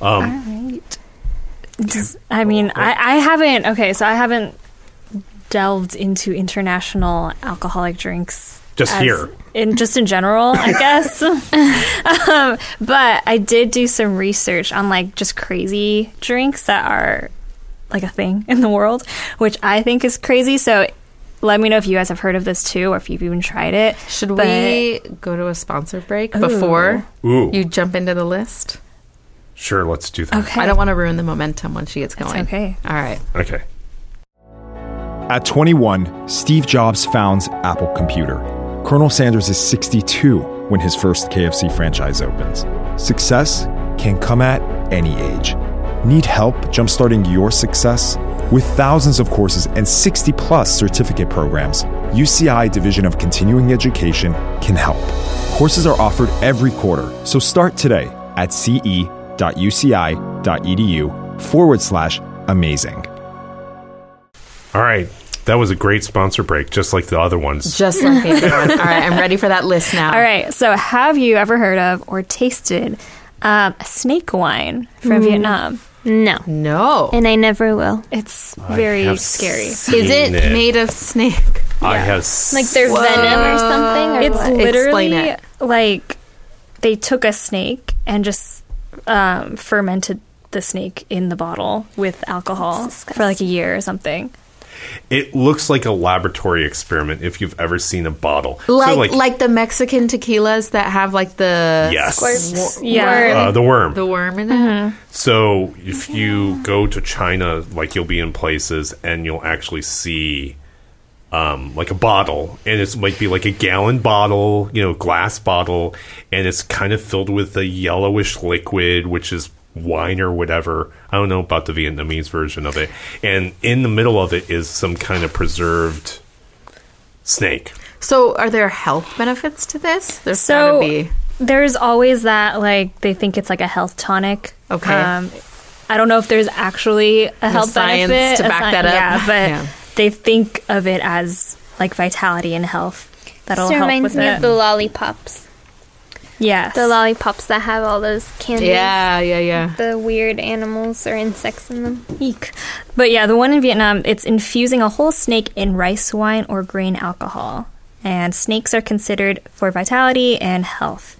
[SPEAKER 3] Uh,
[SPEAKER 1] Um,
[SPEAKER 4] Right.
[SPEAKER 1] oh,
[SPEAKER 4] I mean, I, I haven't. Okay, so I haven't delved into international alcoholic drinks.
[SPEAKER 1] Just here.
[SPEAKER 4] in just in general,
[SPEAKER 1] (laughs)
[SPEAKER 4] I guess. um, but I did do some research on like just crazy drinks that are like a thing in the world, which I think is crazy. So let me know if you guys have heard of this too, or if you've even tried it.
[SPEAKER 2] Should
[SPEAKER 4] But-
[SPEAKER 2] we go to a sponsor break before
[SPEAKER 1] ooh,
[SPEAKER 2] you jump into the list?
[SPEAKER 1] sure. Let's do that.
[SPEAKER 4] Okay,
[SPEAKER 2] I don't want to ruin the momentum when she gets going.
[SPEAKER 4] okay.
[SPEAKER 2] All right.
[SPEAKER 1] Okay.
[SPEAKER 5] At 21, Steve Jobs founds Apple Computer. Colonel Sanders is 62 when his first KFC franchise opens. Success can come at any age. Need help jumpstarting your success? With thousands of courses and 60 plus certificate programs, UCI Division of Continuing Education can help. Courses are offered every quarter, so start today at ce.uci.edu e forward slash amazing.
[SPEAKER 1] All right. That was a great sponsor break, just like the other ones.
[SPEAKER 2] (laughs) Just like the other one. All right, I'm ready for that list now.
[SPEAKER 4] All right. So, have you ever heard of or tasted um, snake wine
[SPEAKER 2] Mm.
[SPEAKER 4] from Vietnam?
[SPEAKER 3] No.
[SPEAKER 2] No.
[SPEAKER 3] And I never will.
[SPEAKER 4] It's
[SPEAKER 1] I
[SPEAKER 4] very
[SPEAKER 1] have
[SPEAKER 4] scary.
[SPEAKER 2] Is
[SPEAKER 1] seen
[SPEAKER 2] it made of snake?
[SPEAKER 1] I have
[SPEAKER 3] Like their
[SPEAKER 1] s-
[SPEAKER 3] venom or something? Or
[SPEAKER 4] It's
[SPEAKER 3] what?
[SPEAKER 4] literally
[SPEAKER 2] Explain it.
[SPEAKER 4] like they took a snake and just um, fermented the snake in the bottle with alcohol
[SPEAKER 3] That's
[SPEAKER 4] for like a year or something.
[SPEAKER 1] It looks like a laboratory experiment if you've ever seen a bottle. (laughs) So,
[SPEAKER 2] Like, like the Mexican tequilas that have like the
[SPEAKER 1] Yes.
[SPEAKER 2] squir-
[SPEAKER 4] Yeah.
[SPEAKER 1] uh, the worm.
[SPEAKER 2] the worm in it.
[SPEAKER 1] So if you go to China, like you'll be in places and you'll actually see um, like a bottle, and it might be like a gallon bottle, you know, glass bottle, and it's kind of filled with a yellowish liquid, which is wine or whatever. I don't know about the Vietnamese version of it. And in the middle of it is some kind of preserved snake.
[SPEAKER 2] So, are there health benefits to this? There's
[SPEAKER 4] So
[SPEAKER 2] gotta be.
[SPEAKER 4] there's always that like they think it's like a health tonic. Um,
[SPEAKER 2] Okay.
[SPEAKER 4] I don't know if there's actually a health
[SPEAKER 2] science
[SPEAKER 4] benefit
[SPEAKER 2] to
[SPEAKER 4] a
[SPEAKER 2] back
[SPEAKER 4] sci-
[SPEAKER 2] that up.
[SPEAKER 4] Yeah, but
[SPEAKER 2] Yeah.
[SPEAKER 4] they think of it as like vitality and health. That'll
[SPEAKER 3] This
[SPEAKER 4] help
[SPEAKER 3] reminds
[SPEAKER 4] with
[SPEAKER 3] me
[SPEAKER 4] it.
[SPEAKER 3] of the lollipops.
[SPEAKER 4] yes.
[SPEAKER 3] The lollipops that have all those candies.
[SPEAKER 2] Yeah, yeah, yeah.
[SPEAKER 3] The weird animals or insects in them.
[SPEAKER 4] Eek. But yeah, the one in Vietnam, it's infusing a whole snake in rice wine or grain alcohol. And snakes are considered for vitality and health.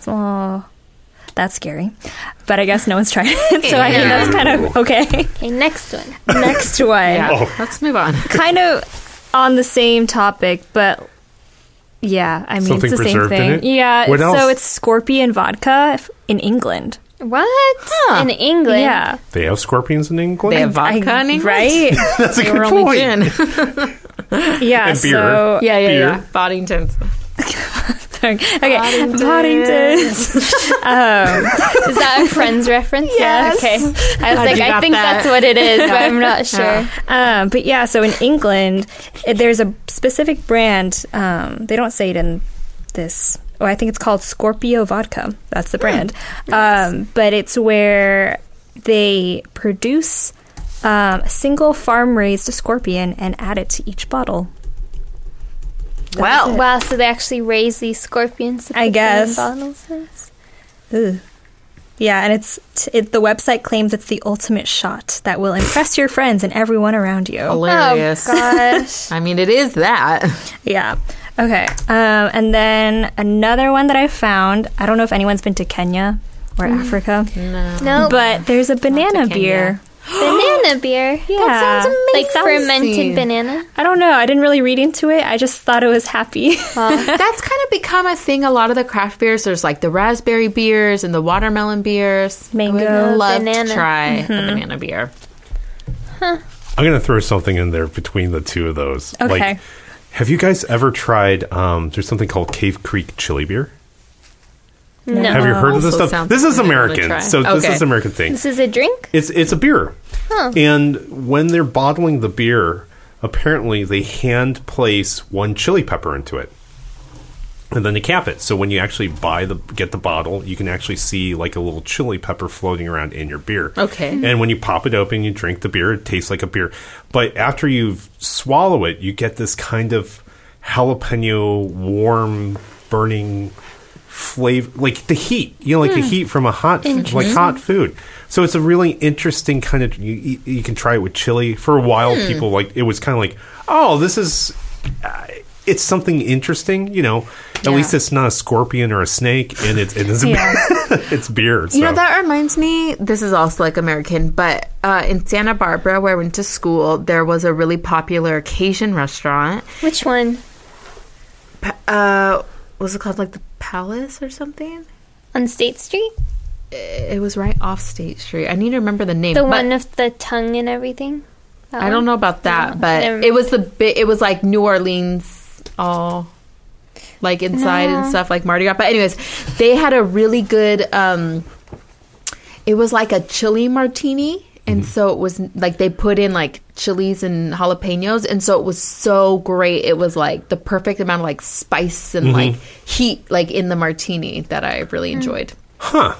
[SPEAKER 4] So that's scary. But I guess no one's tried it. (laughs) So I think that's kind of okay. (laughs)
[SPEAKER 3] Okay, next one.
[SPEAKER 4] Next one.
[SPEAKER 2] Yeah. Let's move on.
[SPEAKER 4] Kind of on the same topic, but yeah, I mean,
[SPEAKER 1] Something
[SPEAKER 4] it's the same
[SPEAKER 1] preserved in
[SPEAKER 4] thing.
[SPEAKER 1] it?
[SPEAKER 4] Yeah.
[SPEAKER 1] What
[SPEAKER 4] So
[SPEAKER 1] else?
[SPEAKER 4] it's scorpion vodka f- in England.
[SPEAKER 3] What? In England?
[SPEAKER 4] Yeah.
[SPEAKER 1] They have scorpions in England? (laughs)
[SPEAKER 2] They have vodka
[SPEAKER 4] I-
[SPEAKER 2] in England?
[SPEAKER 4] Right?
[SPEAKER 1] That's a
[SPEAKER 2] They
[SPEAKER 1] good
[SPEAKER 2] were only
[SPEAKER 1] point.
[SPEAKER 2] gin.
[SPEAKER 4] yeah.
[SPEAKER 1] And beer.
[SPEAKER 4] So
[SPEAKER 2] yeah, yeah,
[SPEAKER 1] Beer.
[SPEAKER 2] yeah. Boddingtons.
[SPEAKER 4] Okay, Um, Poddington.
[SPEAKER 3] Is that a (laughs) friend's reference?
[SPEAKER 4] Yes.
[SPEAKER 3] Yeah, okay. I was
[SPEAKER 2] Glad
[SPEAKER 3] like,
[SPEAKER 2] you
[SPEAKER 3] I
[SPEAKER 2] got
[SPEAKER 3] think
[SPEAKER 2] that.
[SPEAKER 3] that's what it is, but I'm not sure.
[SPEAKER 4] Um, but yeah, so in England, it- there's a specific brand. Um, they don't say it in this. Oh, I think it's called Scorpio Vodka. That's the brand. Um, but it's where they produce um, a single farm raised scorpion and add it to each bottle.
[SPEAKER 2] Well,
[SPEAKER 3] Wow, so they actually raise these scorpions. To put
[SPEAKER 4] I
[SPEAKER 3] them
[SPEAKER 4] guess.
[SPEAKER 3] In bottles in us?
[SPEAKER 4] Ugh. Yeah, and it's t- it, the website claims it's the ultimate shot that will impress your friends and everyone around you.
[SPEAKER 2] hilarious. (laughs)
[SPEAKER 3] Oh, gosh.
[SPEAKER 2] I mean, it is that.
[SPEAKER 4] Yeah. Okay. Um, and then another one that I found. I don't know if anyone's been to Kenya or
[SPEAKER 3] Mm-hmm.
[SPEAKER 4] Africa,
[SPEAKER 3] no,
[SPEAKER 4] but there's a banana
[SPEAKER 2] Kenya.
[SPEAKER 4] beer. (gasps)
[SPEAKER 3] banana beer.
[SPEAKER 4] Yeah.
[SPEAKER 3] Like fermented banana.
[SPEAKER 4] I don't know. I didn't really read into it. I just thought it was happy. (laughs)
[SPEAKER 2] That's kind of become a thing. A lot of the craft beers, there's like the raspberry beers and the watermelon beers. I would
[SPEAKER 4] Mango.
[SPEAKER 2] love
[SPEAKER 3] Banana. Mm-hmm.
[SPEAKER 2] to try the banana beer.
[SPEAKER 1] I'm gonna throw something in there between the two of those.
[SPEAKER 4] Okay.
[SPEAKER 1] Like, have you guys ever tried? Um, there's something called Cave Creek Chili Beer.
[SPEAKER 3] No.
[SPEAKER 1] Have you heard of this
[SPEAKER 2] Also
[SPEAKER 1] stuff?
[SPEAKER 2] sounds
[SPEAKER 1] This is
[SPEAKER 2] like something I would
[SPEAKER 1] American,
[SPEAKER 2] try.
[SPEAKER 1] so this
[SPEAKER 2] Okay.
[SPEAKER 1] is American thing.
[SPEAKER 3] This is a drink?
[SPEAKER 1] It's it's a beer, and when they're bottling the beer, apparently they hand place one chili pepper into it, and then they cap it. So when you actually buy the get the bottle, you can actually see like a little chili pepper floating around in your beer.
[SPEAKER 2] Okay.
[SPEAKER 1] And when you pop it open, you drink the beer, it tastes like a beer. But after you swallow it, you get this kind of jalapeno, warm, burning flavor, like the heat, you know, like
[SPEAKER 2] Hmm.
[SPEAKER 1] the heat from a hot, like hot food. So it's a really interesting kind of, you, you- you can try it with chili. For a while,
[SPEAKER 2] Hmm.
[SPEAKER 1] people like, it was kind of like, oh, this is, uh, it's something interesting, you know. At
[SPEAKER 2] Yeah.
[SPEAKER 1] least it's not a scorpion or a snake, and it's it is a
[SPEAKER 4] Yeah.
[SPEAKER 1] (laughs) it's beer. So.
[SPEAKER 2] You know, that reminds me, this is also like American, but uh, in Santa Barbara, where I went to school, there was a really popular Cajun restaurant.
[SPEAKER 3] Which one?
[SPEAKER 2] Pa- Uh, was it called like the Palace or something?
[SPEAKER 3] On State Street?
[SPEAKER 2] It was right off State Street. I need to remember the name.
[SPEAKER 3] The
[SPEAKER 2] but
[SPEAKER 3] one with the tongue and everything? That
[SPEAKER 2] I
[SPEAKER 3] one?
[SPEAKER 2] don't know about that,
[SPEAKER 3] No,
[SPEAKER 2] but
[SPEAKER 3] never
[SPEAKER 2] it was the bi- it was like New Orleans all like inside and stuff, like Mardi Gras. But anyways, they had a really good. um It was like a chili martini, and so it was like they put in like chilies and jalapenos, and so it was so great. It was like the perfect amount of like spice and like heat, like in the martini that I really enjoyed.
[SPEAKER 1] Huh.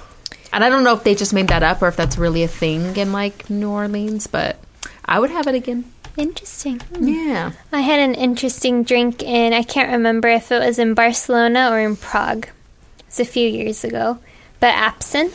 [SPEAKER 2] And I don't know if they just made that up or if that's really a thing in like New Orleans, but I would have it again.
[SPEAKER 3] Interesting.
[SPEAKER 2] Yeah.
[SPEAKER 3] I had an interesting drink in, I can't remember if it was in Barcelona or in Prague. It was a few years ago. But absinthe.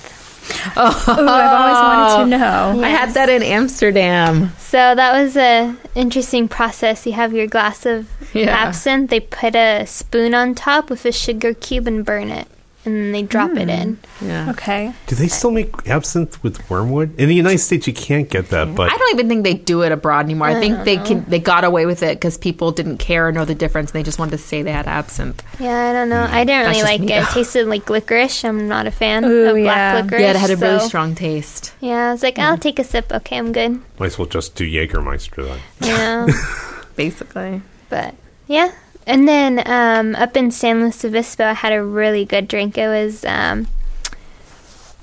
[SPEAKER 4] Ooh, I've always
[SPEAKER 3] Oh.
[SPEAKER 4] wanted to know.
[SPEAKER 2] I had
[SPEAKER 3] Yes.
[SPEAKER 2] that in Amsterdam.
[SPEAKER 3] So that was a interesting process. You have your glass of
[SPEAKER 2] Yeah.
[SPEAKER 3] absinthe. They put a spoon on top with a sugar cube and burn it, and then they drop it in.
[SPEAKER 2] Yeah.
[SPEAKER 4] Okay.
[SPEAKER 1] Do they still make absinthe with wormwood? In the United States, you can't get that,
[SPEAKER 3] Mm-hmm.
[SPEAKER 1] but
[SPEAKER 2] I don't even think they do it abroad anymore. I, think they can they got away with it because people didn't care or know the difference. And they just wanted to say they had absinthe.
[SPEAKER 3] Yeah, I don't know. I
[SPEAKER 2] Hmm.
[SPEAKER 3] didn't
[SPEAKER 2] That's
[SPEAKER 3] really
[SPEAKER 2] just
[SPEAKER 3] like
[SPEAKER 2] me,
[SPEAKER 3] it. It
[SPEAKER 2] though.
[SPEAKER 3] tasted like licorice. I'm not a fan
[SPEAKER 4] Ooh,
[SPEAKER 3] of black
[SPEAKER 4] yeah.
[SPEAKER 3] licorice.
[SPEAKER 2] yeah, it had a really
[SPEAKER 3] so-
[SPEAKER 2] strong taste.
[SPEAKER 3] Yeah, I was like, I'll take a sip. Okay, I'm good.
[SPEAKER 1] might as well just do Jägermeister then.
[SPEAKER 3] Yeah,
[SPEAKER 2] (laughs) Basically,
[SPEAKER 3] but yeah. And then um, up in San Luis Obispo, I had a really good drink. It was um,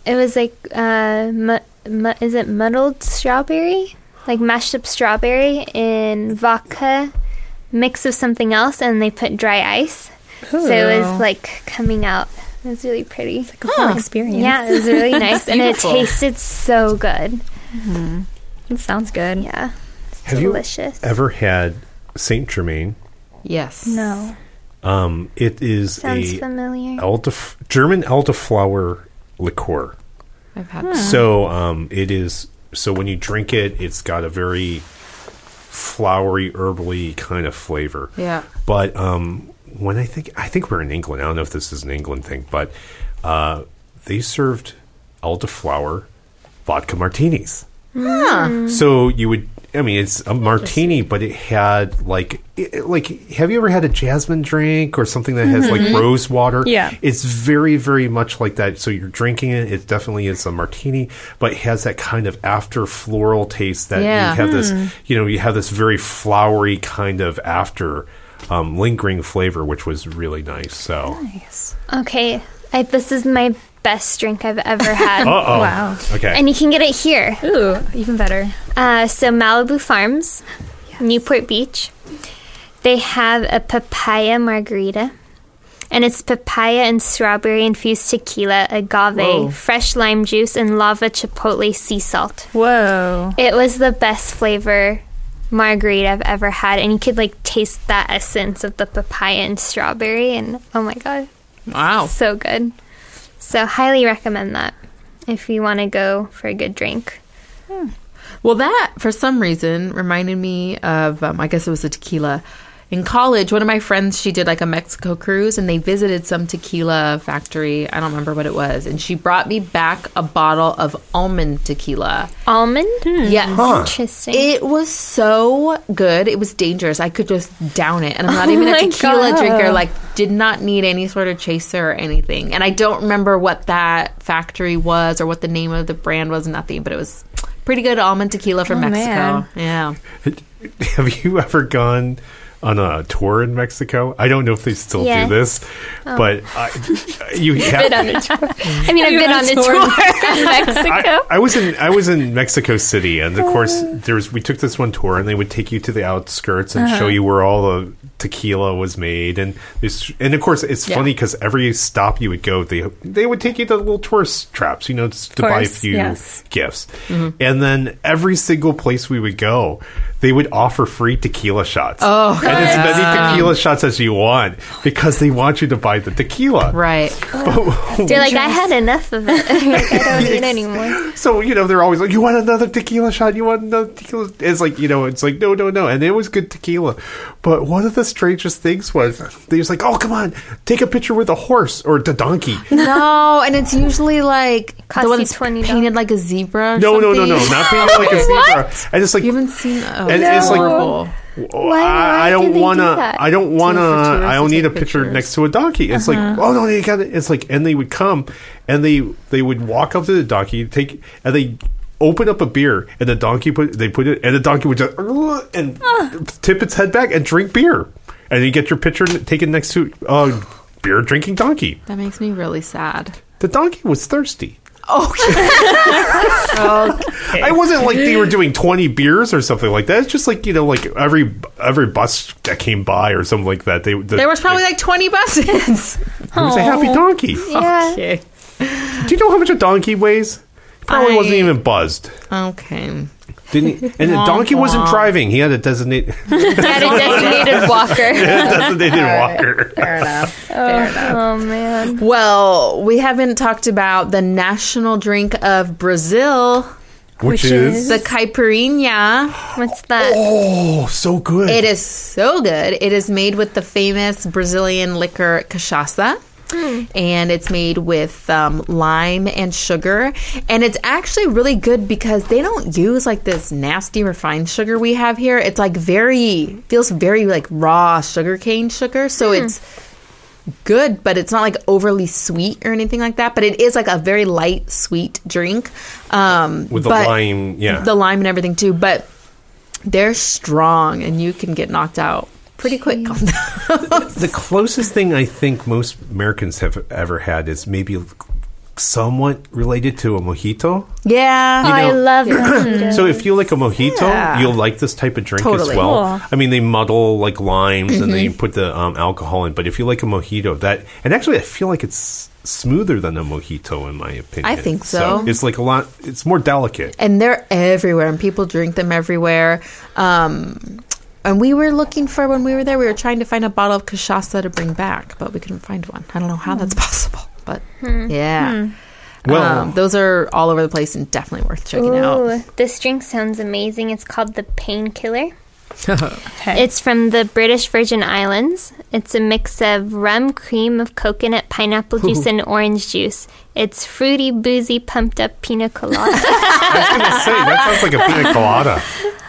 [SPEAKER 3] it was like uh, mu- mu- is it muddled strawberry, like mashed up strawberry in vodka mix with something else, and they put dry ice, so it was like coming out. It was really pretty.
[SPEAKER 4] The whole experience.
[SPEAKER 3] Yeah, it
[SPEAKER 1] (laughs)
[SPEAKER 3] was really nice, and it
[SPEAKER 2] beautiful.
[SPEAKER 3] tasted so good.
[SPEAKER 4] It sounds good.
[SPEAKER 3] Yeah,
[SPEAKER 1] Have
[SPEAKER 3] delicious.
[SPEAKER 1] you ever had Saint Germain?
[SPEAKER 2] yes.
[SPEAKER 4] No.
[SPEAKER 1] Um, it is
[SPEAKER 3] Sounds
[SPEAKER 1] a
[SPEAKER 3] familiar.
[SPEAKER 1] eldef- German elderflower liqueur.
[SPEAKER 2] I've had.
[SPEAKER 1] So um, it is. So when you drink it, it's got a very flowery, herbally kind of flavor.
[SPEAKER 2] Yeah.
[SPEAKER 1] But um, when I think, I think we're in England. I don't know if this is an England thing, but uh, they served elderflower vodka martinis. So you would. I mean, it's a martini, but it had like, it, like, have you ever had a jasmine drink or something that has like rose water?
[SPEAKER 4] Yeah.
[SPEAKER 1] it's very, very much like that. So you're drinking it. It definitely is a martini, but it has that kind of after floral taste that
[SPEAKER 2] Yeah.
[SPEAKER 1] you have this, you know, you have this very flowery kind of after um, lingering flavor, which was really nice. So,
[SPEAKER 3] Okay, I, this is my best drink I've ever had.
[SPEAKER 1] uh oh,
[SPEAKER 4] Wow.
[SPEAKER 1] okay,
[SPEAKER 3] And you can get it here.
[SPEAKER 4] Ooh, even better.
[SPEAKER 3] Uh, so, Malibu Farms, Newport Beach, they have a papaya margarita. And it's papaya and strawberry infused tequila, agave,
[SPEAKER 2] Whoa.
[SPEAKER 3] fresh lime juice, and lava chipotle sea salt.
[SPEAKER 4] Whoa.
[SPEAKER 3] It was the best flavor margarita I've ever had. And you could like taste that essence of the papaya and strawberry. And oh my God,
[SPEAKER 2] Wow.
[SPEAKER 3] so good. So highly recommend that if you want to go for a good drink.
[SPEAKER 2] Well, that for some reason reminded me of, um, I guess it was a tequila. In college, one of my friends, she did like a Mexico cruise and they visited some tequila factory. I don't remember what it was. And she brought me back a bottle of almond tequila.
[SPEAKER 3] Almond?
[SPEAKER 2] Yes.
[SPEAKER 3] Interesting.
[SPEAKER 2] It was so good. It was dangerous. I could just down it. And I'm not even a
[SPEAKER 4] Oh my
[SPEAKER 2] tequila
[SPEAKER 4] God.
[SPEAKER 2] drinker. Like, did not need any sort of chaser or anything. And I don't remember what that factory was or what the name of the brand was, nothing, but it was pretty good almond tequila from
[SPEAKER 4] Oh,
[SPEAKER 2] Mexico.
[SPEAKER 4] man.
[SPEAKER 2] Yeah.
[SPEAKER 1] (laughs) Have you ever gone on a tour in Mexico? I don't know if they still
[SPEAKER 3] Yeah.
[SPEAKER 1] do this, but I, you have.
[SPEAKER 3] I mean, I've been on a tour (laughs) in
[SPEAKER 1] I,
[SPEAKER 3] Mexico.
[SPEAKER 1] I was in I was in Mexico City, and of course there was. We took this one tour, and they would take you to the outskirts and show you where all the tequila was made, and this, and of course it's funny 'cause funny because every stop you would go, they they would take you to little tourist traps, you know, just to buy a
[SPEAKER 4] course,
[SPEAKER 1] few
[SPEAKER 4] yes.
[SPEAKER 1] gifts, and then every single place we would go, they would offer free tequila shots. Oh, and as many tequila shots as you want because they want you to buy the tequila.
[SPEAKER 2] Right.
[SPEAKER 4] (laughs)
[SPEAKER 3] They're like, I had enough of it. (laughs) I don't need it anymore.
[SPEAKER 1] So you know they're always like, "You want another tequila shot? You want another tequila?" It's like you know, it's like no, no, no. And it was good tequila, but one of the strangest things was they was like, "Oh, come on, take a picture with a horse or the donkey."
[SPEAKER 2] No, and it's usually like
[SPEAKER 3] Cost
[SPEAKER 2] the
[SPEAKER 3] you
[SPEAKER 2] one that's
[SPEAKER 3] $20.
[SPEAKER 2] painted like a zebra. Or
[SPEAKER 1] No, no, no,
[SPEAKER 2] something.
[SPEAKER 1] no, not being like
[SPEAKER 2] (laughs)
[SPEAKER 1] a zebra. And it's like
[SPEAKER 2] You haven't seen. Oh,
[SPEAKER 1] And
[SPEAKER 2] it's
[SPEAKER 1] it's like-
[SPEAKER 2] horrible.
[SPEAKER 1] Oh,
[SPEAKER 3] Why-
[SPEAKER 1] I,
[SPEAKER 3] why
[SPEAKER 1] I
[SPEAKER 3] do
[SPEAKER 1] don't
[SPEAKER 3] they do
[SPEAKER 1] want to.
[SPEAKER 3] that?
[SPEAKER 1] I don't want to.
[SPEAKER 2] Just for tourists
[SPEAKER 1] I don't
[SPEAKER 2] to
[SPEAKER 1] need a
[SPEAKER 2] take
[SPEAKER 1] picture
[SPEAKER 2] pictures.
[SPEAKER 1] next to a donkey. It's like, oh no, they got it. It's like, and they would come, and they they would walk up to the donkey, take, and they open up a beer, and the donkey put they put it, and the donkey would just "Ugh," and tip its head back and drink beer, and you get your picture taken next to uh, beer drinking donkey.
[SPEAKER 2] That makes me really sad.
[SPEAKER 1] The donkey was thirsty.
[SPEAKER 2] Oh,
[SPEAKER 1] I wasn't like they (laughs) were doing 20 beers or something like that. It's just like, you know, like every every bus that came by or something like that. They the,
[SPEAKER 2] there was probably like 20 buses.
[SPEAKER 1] it was a happy donkey. Do
[SPEAKER 2] (laughs)
[SPEAKER 3] Yeah.
[SPEAKER 2] okay.
[SPEAKER 1] you know how much a donkey weighs? Probably wasn't
[SPEAKER 2] I-
[SPEAKER 1] even buzzed.
[SPEAKER 2] Okay.
[SPEAKER 1] Didn't he? And the
[SPEAKER 2] Womp
[SPEAKER 1] donkey wasn't
[SPEAKER 2] womp.
[SPEAKER 1] driving. He had a designate, (laughs)
[SPEAKER 3] Had
[SPEAKER 4] (laughs)
[SPEAKER 3] a designated walker.
[SPEAKER 1] designated walker.
[SPEAKER 2] Fair enough. Fair enough.
[SPEAKER 3] Oh man.
[SPEAKER 2] (laughs) Well, we haven't talked about the national drink of Brazil,
[SPEAKER 1] Which,
[SPEAKER 3] Which
[SPEAKER 1] is,
[SPEAKER 3] is-
[SPEAKER 2] the caipirinha.
[SPEAKER 3] What's that?
[SPEAKER 1] oh, so good.
[SPEAKER 2] It is so good. It is made with the famous Brazilian liquor cachaça. Hmm. And it's made with um, lime and sugar. And it's actually really good because they don't use like this nasty refined sugar we have here. It's like very, feels very like raw sugarcane sugar. So it's good, but it's not like overly sweet or anything like that. But it is like a very light, sweet drink. Um,
[SPEAKER 1] With the
[SPEAKER 2] but-
[SPEAKER 1] lime, yeah.
[SPEAKER 2] the lime and everything too. But they're strong, and you can get knocked out pretty quick. on them. (laughs)
[SPEAKER 1] The closest thing I think most Americans have ever had is maybe somewhat related to a mojito.
[SPEAKER 3] Oh,
[SPEAKER 2] yeah,
[SPEAKER 3] I
[SPEAKER 1] know-
[SPEAKER 3] love mojitos.
[SPEAKER 1] So if you like a mojito,
[SPEAKER 2] Yeah.
[SPEAKER 1] you'll like this type of drink
[SPEAKER 2] Totally.
[SPEAKER 1] as well.
[SPEAKER 4] Cool.
[SPEAKER 1] I mean, they muddle like limes and then you
[SPEAKER 2] Mm-hmm.
[SPEAKER 1] put the um, alcohol in. But if you like a mojito, that and actually, I feel like it's smoother than a mojito in my opinion.
[SPEAKER 2] I think so.
[SPEAKER 1] It's like a lot. It's more delicate.
[SPEAKER 2] and they're everywhere, and people drink them everywhere. Um, and we were looking for when we were there. We were trying to find a bottle of cachaça to bring back, but we couldn't find one. I don't know how that's possible, but yeah.
[SPEAKER 1] Hmm. Well-
[SPEAKER 2] um, those are all over the place and definitely worth checking out.
[SPEAKER 3] Ooh, this drink sounds amazing. It's called the painkiller.
[SPEAKER 4] Okay.
[SPEAKER 3] It's from the British Virgin Islands. It's a mix of rum, cream of coconut, pineapple juice, and orange juice. It's fruity, boozy, pumped up pina colada.
[SPEAKER 1] I
[SPEAKER 2] (laughs)
[SPEAKER 1] was gonna say that sounds like a pina colada.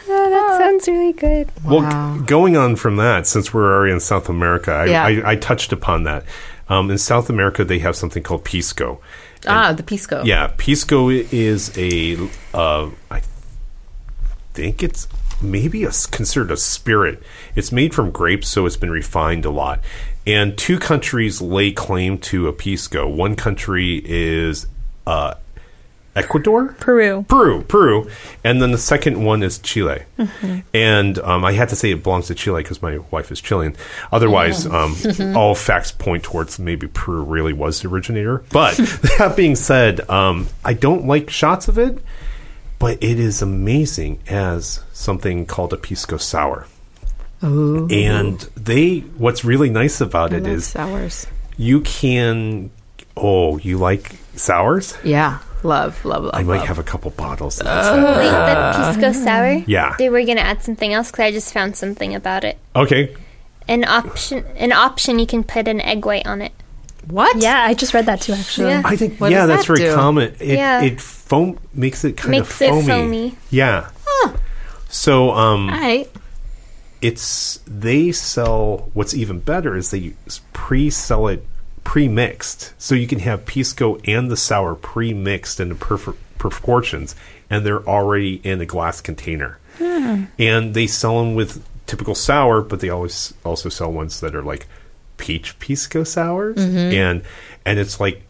[SPEAKER 3] that sounds really good.
[SPEAKER 2] Wow.
[SPEAKER 1] Well, g- going on from that, since we're already in South America, I,
[SPEAKER 2] Yeah.
[SPEAKER 1] I, I touched upon that. Um, in South America, they have something called pisco.
[SPEAKER 2] Ah, the pisco.
[SPEAKER 1] Yeah, pisco i- is a, uh, I think it's maybe a, s- considered a spirit. It's made from grapes, so it's been refined a lot. And two countries lay claim to a pisco. One country is uh, Ecuador.
[SPEAKER 4] Peru.
[SPEAKER 1] Peru, Peru, and then the second one is Chile, and um, I had to say it belongs to Chile because my wife is Chilean. Otherwise, um, all facts point towards maybe Peru really was the originator. But (laughs) that being said, um, I don't like shots of it, but it is amazing as something called a pisco sour. And they, what's really nice about
[SPEAKER 2] I
[SPEAKER 1] it
[SPEAKER 2] love
[SPEAKER 1] is
[SPEAKER 2] sours.
[SPEAKER 1] you can. Oh, you like sours?
[SPEAKER 2] Yeah, love, love, love.
[SPEAKER 1] I might
[SPEAKER 2] love.
[SPEAKER 1] have a couple bottles. Of this.
[SPEAKER 3] Wait, the pisco sour?
[SPEAKER 1] Uh, Yeah.
[SPEAKER 3] They were going to add something else because I just found something about it.
[SPEAKER 1] Okay,
[SPEAKER 3] An option, an option you can put an egg white on it.
[SPEAKER 2] what?
[SPEAKER 4] Yeah, I just read that too, actually.
[SPEAKER 3] Yeah.
[SPEAKER 1] I think
[SPEAKER 2] What
[SPEAKER 1] yeah,
[SPEAKER 2] does
[SPEAKER 1] that's
[SPEAKER 2] that
[SPEAKER 1] very
[SPEAKER 2] do?
[SPEAKER 1] common. It
[SPEAKER 3] Yeah.
[SPEAKER 1] it foam makes it kind
[SPEAKER 3] Makes
[SPEAKER 1] of
[SPEAKER 3] it
[SPEAKER 1] foamy.
[SPEAKER 3] foamy.
[SPEAKER 1] Yeah. So um,
[SPEAKER 2] All right.
[SPEAKER 1] it's they sell. What's even better is they s- pre-sell it pre-mixed, so you can have pisco and the sour pre-mixed into perf- proportions, and they're already in a glass container.
[SPEAKER 2] Hmm.
[SPEAKER 1] And they sell them with typical sour, but they always also sell ones that are like peach pisco sours,
[SPEAKER 2] Mm-hmm.
[SPEAKER 1] and and it's like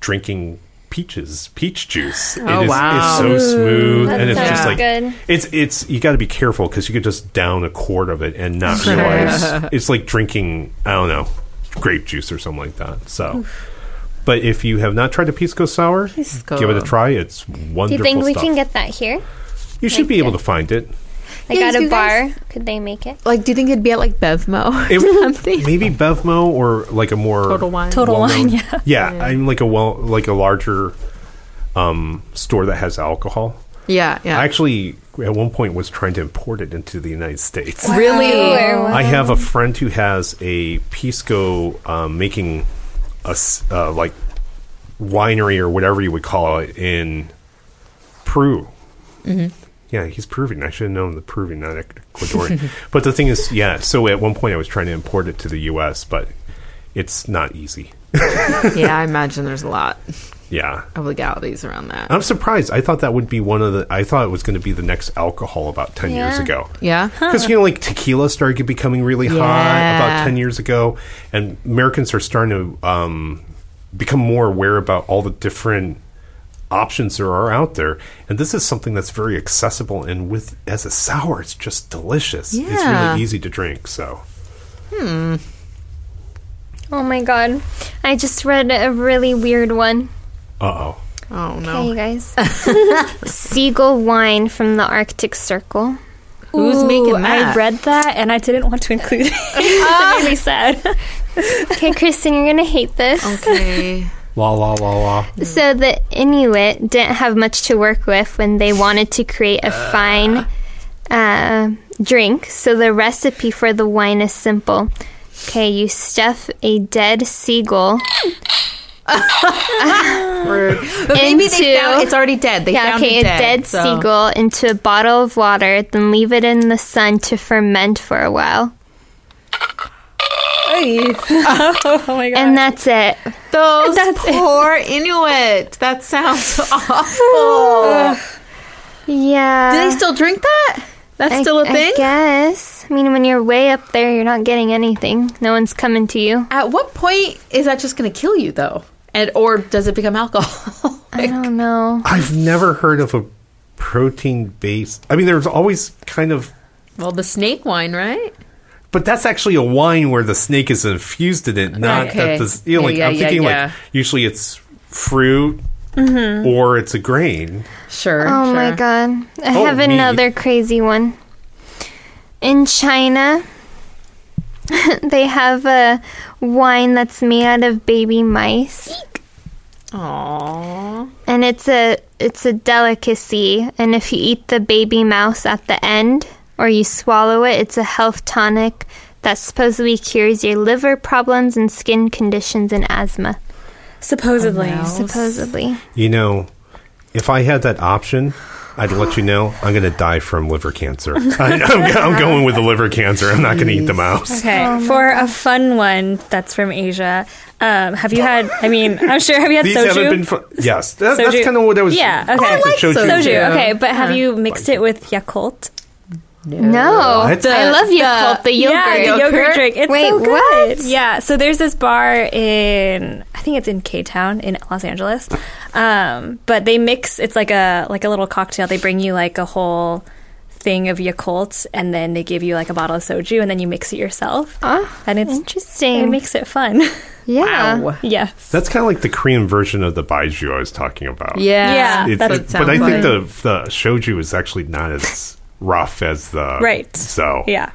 [SPEAKER 1] drinking peaches, peach juice. It
[SPEAKER 2] Oh,
[SPEAKER 1] is-
[SPEAKER 2] wow.
[SPEAKER 1] It's so smooth,
[SPEAKER 3] that
[SPEAKER 1] and it's just
[SPEAKER 3] sounds
[SPEAKER 1] like
[SPEAKER 3] good.
[SPEAKER 1] it's it's you got to be careful because you could just down a quart of it and
[SPEAKER 3] (laughs)
[SPEAKER 1] not realize it's like drinking I don't know grape juice or something like that. So, but if you have not tried a pisco sour,
[SPEAKER 2] Pisco.
[SPEAKER 1] give it a try. It's wonderful.
[SPEAKER 3] Do you think we
[SPEAKER 1] stuff.
[SPEAKER 3] can get that here?
[SPEAKER 1] You should be able to find it.
[SPEAKER 3] Like
[SPEAKER 2] Yes,
[SPEAKER 3] at
[SPEAKER 2] you
[SPEAKER 3] a
[SPEAKER 2] guys-
[SPEAKER 3] bar? Could they make it?
[SPEAKER 2] Like, do you think it'd be at like
[SPEAKER 3] (laughs)
[SPEAKER 2] Bevmo or
[SPEAKER 1] It-
[SPEAKER 2] something?
[SPEAKER 1] Maybe Bevmo or like a more
[SPEAKER 2] Total Wine.
[SPEAKER 4] Total
[SPEAKER 1] well-known-
[SPEAKER 4] Wine, yeah.
[SPEAKER 1] (laughs) yeah. I'm like a well like a larger um, store that has alcohol.
[SPEAKER 2] Yeah, yeah.
[SPEAKER 1] I actually at one point was trying to import it into the United States.
[SPEAKER 2] really?
[SPEAKER 1] I have a friend who has a pisco um, making a s- uh, like winery or whatever you would call it in Peru. Yeah, he's Peruvian. I should have known the Peruvian, not Ecuadorian. (laughs) but the thing is, yeah. So at one point, I was trying to import it to the U.S., but it's not easy.
[SPEAKER 2] yeah, I imagine there's a lot.
[SPEAKER 1] yeah.
[SPEAKER 2] Oh. obligalities around that.
[SPEAKER 1] I'm surprised. I thought that would be one of the. I thought it was going to be the next alcohol about ten years
[SPEAKER 3] Yeah.
[SPEAKER 1] ago.
[SPEAKER 2] yeah.
[SPEAKER 1] Because you know, like tequila started becoming really high
[SPEAKER 2] Yeah.
[SPEAKER 1] about ten years ago, and Americans are starting to um, become more aware about all the different options there are out there. And this is something that's very accessible, and with as a sour, it's just delicious. It's
[SPEAKER 2] Yeah.
[SPEAKER 1] really easy to drink. So
[SPEAKER 3] Oh my god. I just read a really weird one.
[SPEAKER 1] Uh oh.
[SPEAKER 2] Oh no.
[SPEAKER 3] Hey,
[SPEAKER 1] (laughs)
[SPEAKER 3] you guys. Seagull wine from the Arctic Circle.
[SPEAKER 2] Who's making that?
[SPEAKER 4] I read that Ah. and I didn't want to include it. (laughs) it made me sad.
[SPEAKER 3] Okay, Kristen, you're gonna hate this.
[SPEAKER 2] (laughs)
[SPEAKER 1] Oh,
[SPEAKER 2] Okay.
[SPEAKER 1] La la la la.
[SPEAKER 3] So the Inuit didn't have much to work with when they wanted to create a
[SPEAKER 2] Ah.
[SPEAKER 3] fine uh, drink. So the recipe for the wine is simple. Okay, you stuff a dead seagull.
[SPEAKER 2] Rude. But maybe they
[SPEAKER 3] Into-
[SPEAKER 2] found, it's already dead. They
[SPEAKER 3] Yeah,
[SPEAKER 2] found
[SPEAKER 3] okay,
[SPEAKER 2] it dead,
[SPEAKER 3] a dead
[SPEAKER 2] so- (laughs)
[SPEAKER 3] seagull into a bottle of water, then leave it in the sun to ferment for a while.
[SPEAKER 4] (laughs) oh my god.
[SPEAKER 3] And that's it.
[SPEAKER 2] Those poor Inuit. That (laughs) sounds awful.
[SPEAKER 3] Yeah.
[SPEAKER 2] Do they still drink that? That's
[SPEAKER 3] I-
[SPEAKER 2] still a thing.
[SPEAKER 3] I guess. I mean, when you're way up there, you're not getting anything. No one's coming to you.
[SPEAKER 2] At what point is that just going to kill you though? And or does it become alcohol? (laughs)
[SPEAKER 3] I don't know.
[SPEAKER 1] I've never heard of a protein based. I mean, there's always kind of
[SPEAKER 2] well, the snake wine, right?
[SPEAKER 1] But that's actually a wine where the snake is infused in it, not that
[SPEAKER 2] Okay.
[SPEAKER 1] the you know,
[SPEAKER 2] Yeah,
[SPEAKER 1] like
[SPEAKER 2] yeah,
[SPEAKER 1] I'm
[SPEAKER 2] yeah,
[SPEAKER 1] thinking
[SPEAKER 2] yeah. Mm-hmm.
[SPEAKER 1] like usually it's fruit or it's a grain.
[SPEAKER 2] Sure.
[SPEAKER 3] Oh my
[SPEAKER 2] sure.
[SPEAKER 3] god. I
[SPEAKER 1] Oh,
[SPEAKER 3] have
[SPEAKER 1] me.
[SPEAKER 3] another crazy one. In China, (laughs) they have a wine that's made out of baby mice.
[SPEAKER 2] Aww.
[SPEAKER 3] And it's a it's a delicacy, and if you eat the baby mouse at the end or you swallow it, it's a health tonic that supposedly cures your liver problems and skin conditions and asthma.
[SPEAKER 4] Supposedly.
[SPEAKER 3] Supposedly.
[SPEAKER 1] You know, if I had that option, I'd let you know I'm going to die from liver
[SPEAKER 2] (laughs)
[SPEAKER 1] cancer. I, I'm, go- I'm going with the liver cancer. I'm not going to eat the mouse.
[SPEAKER 4] Okay, for a fun one that's from Asia, um, have you had? I (laughs) mean, I'm sure have you had
[SPEAKER 1] These
[SPEAKER 4] soju?
[SPEAKER 1] haven't been. Fu- yes, that, that's
[SPEAKER 4] Soju.
[SPEAKER 1] kind of what I was.
[SPEAKER 4] Yeah, okay. I
[SPEAKER 1] like
[SPEAKER 4] soju.
[SPEAKER 2] soju.
[SPEAKER 4] okay, but have you mixed it with Yakult?
[SPEAKER 3] No,
[SPEAKER 1] What?
[SPEAKER 3] I love
[SPEAKER 2] The-
[SPEAKER 3] Yakult, the yogurt.
[SPEAKER 4] Yeah, the yogurt, drink. It's
[SPEAKER 3] Wait,
[SPEAKER 4] so good.
[SPEAKER 3] what?
[SPEAKER 4] Yeah, so there's this bar in I think it's in K Town in Los Angeles, um, but they mix. It's like a like a little cocktail. They bring you like a whole thing of Yakult, and then they give you like a bottle of soju, and then you mix it yourself,
[SPEAKER 3] Oh,
[SPEAKER 4] and it's
[SPEAKER 3] interesting.
[SPEAKER 4] it makes it fun. (laughs)
[SPEAKER 3] yeah.
[SPEAKER 2] Wow.
[SPEAKER 4] yes.
[SPEAKER 1] That's kind of like the Korean version of the baijiu I was talking about.
[SPEAKER 2] Yeah.
[SPEAKER 4] Yeah,
[SPEAKER 1] It's-
[SPEAKER 4] That's
[SPEAKER 1] but,
[SPEAKER 4] what
[SPEAKER 2] it
[SPEAKER 1] but I
[SPEAKER 2] sounds
[SPEAKER 1] think
[SPEAKER 2] like.
[SPEAKER 1] the the shoju is actually not as rough as the
[SPEAKER 4] Right.
[SPEAKER 1] So
[SPEAKER 4] Yeah.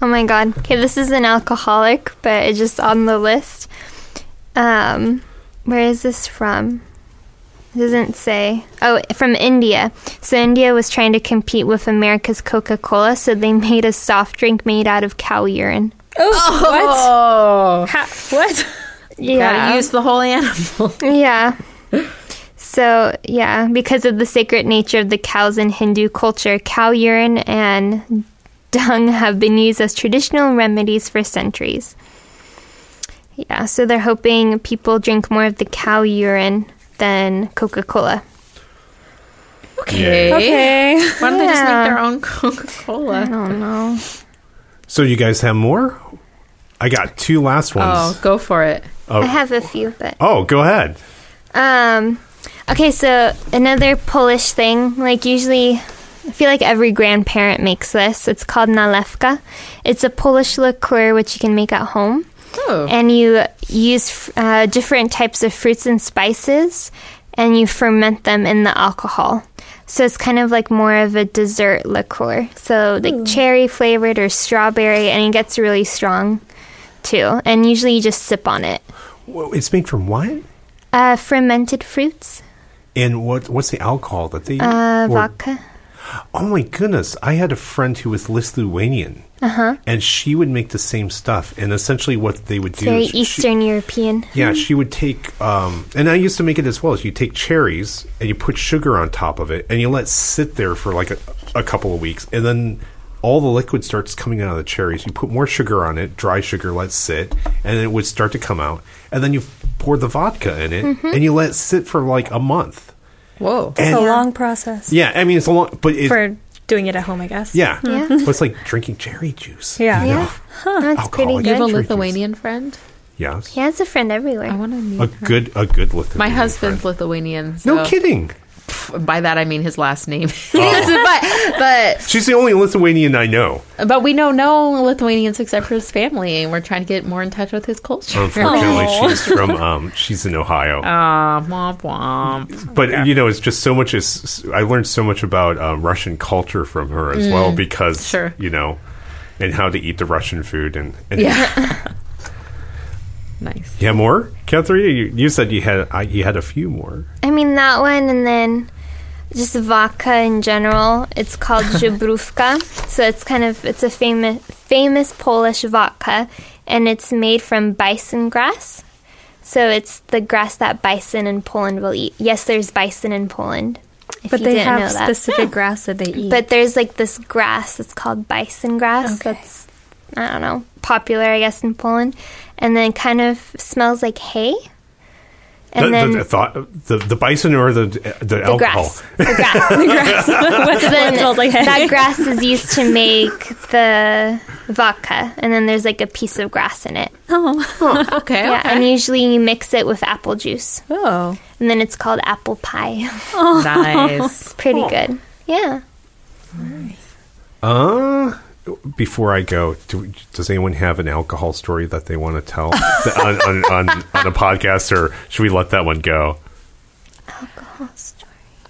[SPEAKER 3] Oh my god. Okay, this is an alcoholic, but it's just on the list. Um, where is this from? It doesn't say. Oh, from India. So India was trying to compete with America's Coca-Cola, so they (laughs) made a soft drink made out of cow urine.
[SPEAKER 4] Oh,
[SPEAKER 2] Oh.
[SPEAKER 4] what? Ha- what?
[SPEAKER 2] Gotta
[SPEAKER 3] Yeah.
[SPEAKER 2] use the whole animal. (laughs)
[SPEAKER 3] yeah. So, yeah, because of the sacred nature of the cows in Hindu culture, cow urine and dung have been used as traditional remedies for centuries. Yeah, so they're hoping people drink more of the cow urine than Coca Cola.
[SPEAKER 1] Okay.
[SPEAKER 4] Okay.
[SPEAKER 2] Why don't they just
[SPEAKER 3] Yeah.
[SPEAKER 2] make their own (laughs) Coca Cola?
[SPEAKER 3] Oh no.
[SPEAKER 1] So you guys have more? I got two last
[SPEAKER 2] Oh,
[SPEAKER 1] ones.
[SPEAKER 2] go for it.
[SPEAKER 1] Oh.
[SPEAKER 3] I have a few, but.
[SPEAKER 1] Oh, go ahead.
[SPEAKER 3] Um, okay, so another Polish thing, like usually, I feel like every grandparent makes this. It's called nalewka. It's a Polish liqueur which you can make at home,
[SPEAKER 2] Oh.
[SPEAKER 3] and you use uh, different types of fruits and spices, and you ferment them in the alcohol. So it's kind of like more of a dessert liqueur. So like cherry flavored or strawberry, and it gets really strong too. And usually you just sip on it.
[SPEAKER 1] Whoa, It's made from what?
[SPEAKER 3] Uh, fermented fruits,
[SPEAKER 1] And what? What's the alcohol that they?
[SPEAKER 3] uh,
[SPEAKER 1] or-
[SPEAKER 3] vodka.
[SPEAKER 1] Oh my goodness! I had a friend who was Lithuanian, uh-huh. and she would make the same stuff. And essentially, what they would do
[SPEAKER 3] very
[SPEAKER 1] is she-
[SPEAKER 3] Eastern European.
[SPEAKER 1] Yeah, she would take, um, and I used to make it as well. You take cherries and you put sugar on top of it, and you let sit there for like a, a couple of weeks, and then all the liquid starts coming out of the cherries. You put more sugar on it, dry sugar, let sit, and then it would start to come out. And then you pour the vodka in it, and you let it sit for like a month.
[SPEAKER 2] Whoa.
[SPEAKER 4] It's a
[SPEAKER 1] And-
[SPEAKER 4] long process
[SPEAKER 1] Yeah, I mean it's a long, but it,
[SPEAKER 4] (laughs) for doing it at home, I guess.
[SPEAKER 1] yeah,
[SPEAKER 3] Yeah.
[SPEAKER 1] but it's like drinking cherry juice.
[SPEAKER 4] Yeah.
[SPEAKER 1] you know?
[SPEAKER 3] Yeah. That's pretty
[SPEAKER 1] Alcoholic.
[SPEAKER 2] You
[SPEAKER 3] good.
[SPEAKER 2] have a
[SPEAKER 1] Country
[SPEAKER 2] Lithuanian friend?
[SPEAKER 1] yes,
[SPEAKER 3] He has a friend everywhere.
[SPEAKER 2] I want to meet
[SPEAKER 1] a
[SPEAKER 2] her.
[SPEAKER 1] good, a good Lithuanian.
[SPEAKER 2] My husband's
[SPEAKER 1] friend.
[SPEAKER 2] Lithuanian. So
[SPEAKER 1] No kidding.
[SPEAKER 2] By that I mean his last name. (laughs) but
[SPEAKER 1] She's the only Lithuanian I know.
[SPEAKER 2] but but we know no Lithuanians except for his family, and we're trying to get more in touch with his culture.
[SPEAKER 1] Unfortunately, she's from um, she's in Ohio.
[SPEAKER 2] Ah, womp womp.
[SPEAKER 1] but you know, it's just so much. Is I learned so much about um, Russian culture from her as well because
[SPEAKER 2] sure.
[SPEAKER 1] you know, and how to eat the Russian food and, and
[SPEAKER 2] Yeah. nice.
[SPEAKER 1] You have more, Catherine. You, you said you had I, you had a few more.
[SPEAKER 3] I mean that one, and then just vodka in general. It's
[SPEAKER 4] (laughs)
[SPEAKER 3] called Żubrówka, so it's kind of it's a famous famous Polish vodka, and it's made from bison grass. So it's the grass that bison in Poland will eat. Yes, there's bison in Poland. If
[SPEAKER 4] But
[SPEAKER 3] you
[SPEAKER 4] they
[SPEAKER 3] didn't know
[SPEAKER 4] have
[SPEAKER 3] that. (laughs)
[SPEAKER 4] specific grass that they eat.
[SPEAKER 3] But there's like this grass that's called bison grass.
[SPEAKER 4] Okay.
[SPEAKER 3] That's I don't know popular, I guess, in Poland, and then kind of smells like hay. And
[SPEAKER 1] the,
[SPEAKER 3] then
[SPEAKER 1] the, the thought the, the bison or the the, alcohol.
[SPEAKER 3] grass. The grass.
[SPEAKER 4] the grass.
[SPEAKER 3] So then
[SPEAKER 4] smells like
[SPEAKER 3] (laughs)
[SPEAKER 4] hay.
[SPEAKER 3] that grass is used to make the vodka, and then there's like a piece of grass in it.
[SPEAKER 4] oh.
[SPEAKER 2] Okay.
[SPEAKER 3] Yeah,
[SPEAKER 2] okay.
[SPEAKER 3] and usually you mix it with apple juice,
[SPEAKER 4] oh.
[SPEAKER 3] and then it's called apple pie. (laughs)
[SPEAKER 2] nice.
[SPEAKER 3] Pretty good. Yeah.
[SPEAKER 1] Uh, before I go, do, does anyone have an alcohol story that they want to tell on, on, on, on a podcast, or should we let that one go?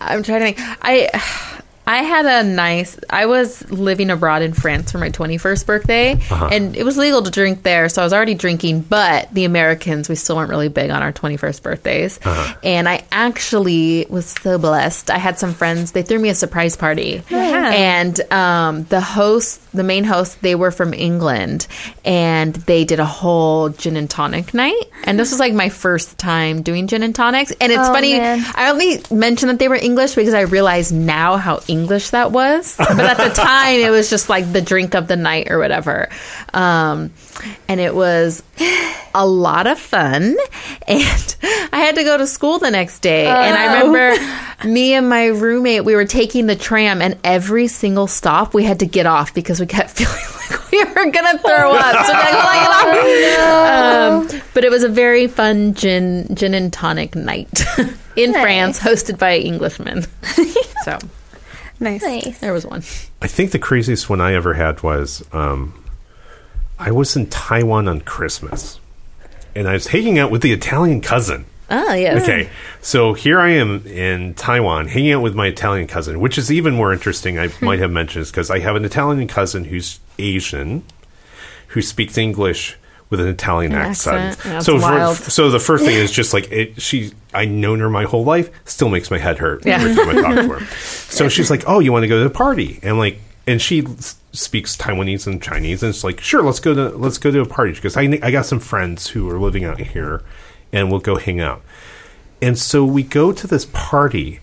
[SPEAKER 2] I'm trying to think. I I had a nice. I was living abroad in France for my 21st birthday, and it was legal to drink there, so I was already drinking. But the Americans, we still weren't really big on our 21st birthdays, and I actually was so blessed. I had some friends. They threw me a surprise party,
[SPEAKER 4] Nice.
[SPEAKER 2] and um, the host, the main host, they were from England, and they did a whole gin and tonic night. And this was like my first time doing gin and tonics, and it's
[SPEAKER 3] Oh,
[SPEAKER 2] funny.
[SPEAKER 3] man.
[SPEAKER 2] I only mentioned that they were English because I realized now how English that was. But at the time, it was just like the drink of the night or whatever. Um, and it was a lot of fun. (laughs) And I had to go to school the next day. And I remember me and my roommate, we were taking the tram, and every single stop we had to get off because we kept (laughs) feeling like we were going to throw up. So we had to, like, get off. Um, but it was a very fun gin gin and tonic night (laughs) in
[SPEAKER 3] Nice.
[SPEAKER 2] France, hosted by Englishmen. so
[SPEAKER 4] Nice.
[SPEAKER 3] Nice.
[SPEAKER 2] there was one.
[SPEAKER 1] I think the craziest one I ever had was um, I was in Taiwan on Christmas, and I was hanging out with the Italian cousin.
[SPEAKER 2] Ah, yes.
[SPEAKER 1] Okay, so here I am in Taiwan, hanging out with my Italian cousin, which is even more interesting. I might have mentioned this because I have an Italian cousin who's Asian, who speaks English with an Italian
[SPEAKER 2] An
[SPEAKER 1] accent.
[SPEAKER 2] accent. That's
[SPEAKER 1] so,
[SPEAKER 2] wild.
[SPEAKER 1] so the first thing is just like it, she. I known her my whole life. Still makes my head hurt
[SPEAKER 2] Yeah.
[SPEAKER 1] every time I talk to
[SPEAKER 2] (laughs)
[SPEAKER 1] her. So she's like, "Oh, you want to go to the party?" And like, and she s- speaks Taiwanese and Chinese, and it's like, "Sure, let's go to let's go to a party." She goes, "I kn- I got some friends who are living out here, and we'll go hang out." And so we go to this party,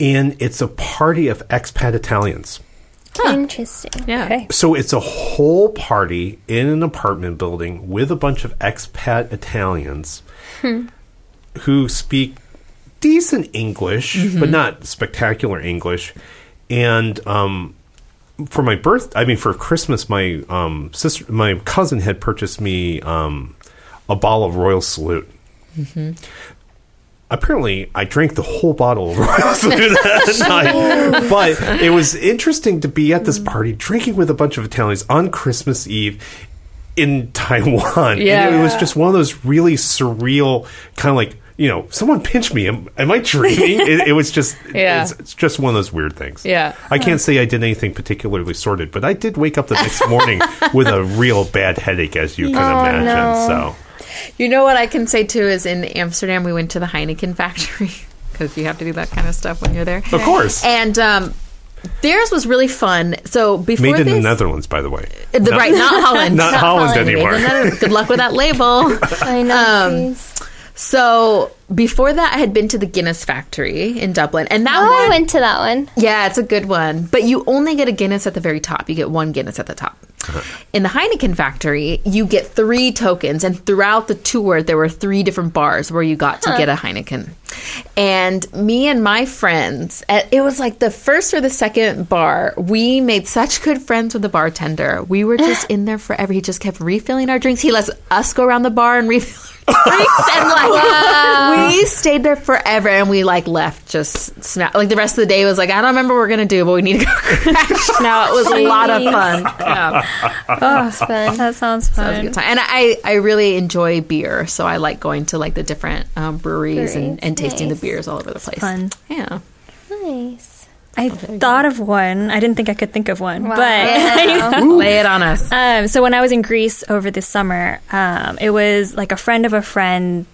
[SPEAKER 1] and it's a party of expat Italians.
[SPEAKER 3] Interesting.
[SPEAKER 2] Yeah.
[SPEAKER 4] Okay.
[SPEAKER 1] So it's a whole party in an apartment building with a bunch of expat Italians who speak decent English, but not spectacular English. And um, for my birth, I mean for Christmas, my um, sister, my cousin had purchased me um, a bottle of Royal Salute. Apparently, I drank the whole bottle of Royal Salute that night. But it was interesting to be at this party drinking with a bunch of Italians on Christmas Eve in Taiwan. And it
[SPEAKER 2] Yeah.
[SPEAKER 1] was just one of those really surreal kind of like, you know, someone pinch me. Am, am I dreaming? it, it was just,
[SPEAKER 2] (laughs) Yeah.
[SPEAKER 1] it's, it's just one of those weird things.
[SPEAKER 2] Yeah.
[SPEAKER 1] I can't say I did anything particularly sordid, but I did wake up the next
[SPEAKER 2] (laughs)
[SPEAKER 1] morning with a real bad headache, as you can
[SPEAKER 2] Oh,
[SPEAKER 1] imagine.
[SPEAKER 3] no.
[SPEAKER 1] So,
[SPEAKER 2] You know what I can say too is in Amsterdam we went to the Heineken factory (laughs) because you have to do that kind of stuff when you're there.
[SPEAKER 1] of course.
[SPEAKER 2] And um, theirs was really fun. So before
[SPEAKER 1] Made in the
[SPEAKER 2] this, Uh,
[SPEAKER 1] Netherlands, by the way.
[SPEAKER 2] the,
[SPEAKER 1] No-
[SPEAKER 2] right, not
[SPEAKER 1] (laughs)
[SPEAKER 2] Holland,
[SPEAKER 1] Not Holland
[SPEAKER 2] Made in the
[SPEAKER 1] anymore. (laughs)
[SPEAKER 2] Netherlands. Good luck with that label.
[SPEAKER 3] I know.
[SPEAKER 2] Um, So Before that, I had been to the Guinness factory in Dublin, and that
[SPEAKER 3] Oh, I
[SPEAKER 2] one,
[SPEAKER 3] went to that one.
[SPEAKER 2] yeah, it's a good one. But you only get a Guinness at the very top. You get one Guinness at the top. In the Heineken factory, you get three tokens, and throughout the tour, there were three different bars where you got to get a Heineken. And me and my friends, at, it was like the first or the second bar, we made such good friends with the bartender. We were just in there forever. He just kept refilling our drinks. He lets us go around the bar and (laughs) refill our drinks. And like, we stayed there forever and we like left just snap. Like the rest of the day was like, I don't remember what we're going to do, but we need to go (laughs) crash now. It was a lot of fun. Yeah.
[SPEAKER 3] It's fun.
[SPEAKER 4] That sounds
[SPEAKER 2] That was a
[SPEAKER 4] fun.
[SPEAKER 2] good time. And I, I really enjoy beer, so I like going to like the different um, breweries, and,
[SPEAKER 3] Breweries,
[SPEAKER 2] and tasting
[SPEAKER 3] nice.
[SPEAKER 2] the beers all over the place.
[SPEAKER 4] fun.
[SPEAKER 2] Yeah.
[SPEAKER 3] Nice.
[SPEAKER 4] I thought of one. I didn't think I could think of one, but
[SPEAKER 2] Lay it on us.
[SPEAKER 4] (laughs) Um, so when I was in Greece over the summer, um, it was like a friend of a friend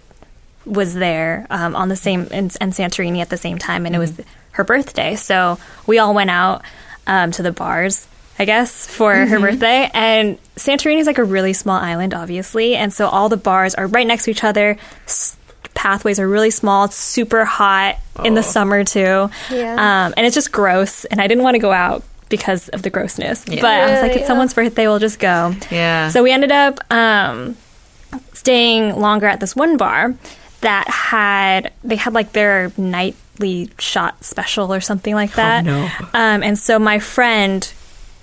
[SPEAKER 4] was there um, on the same in, in Santorini at the same time, and it was
[SPEAKER 3] Mm-hmm.
[SPEAKER 4] her birthday. So we all went out um, to the bars, I guess, for her
[SPEAKER 3] Mm-hmm.
[SPEAKER 4] birthday. And Santorini is like a really small island, obviously, and so all the bars are right next to each other. S- pathways are really small. It's super hot in the summer too,
[SPEAKER 3] Yeah.
[SPEAKER 4] um, and it's just gross. And I didn't want to go out. Because of the grossness, but I was like,
[SPEAKER 3] Yeah,
[SPEAKER 4] it's
[SPEAKER 3] yeah.
[SPEAKER 4] someone's birthday. We'll just go.
[SPEAKER 2] Yeah.
[SPEAKER 4] So we ended up um, staying longer at this one bar that had they had like their nightly shot special or something like that.
[SPEAKER 2] no.
[SPEAKER 4] Um, and so my friend.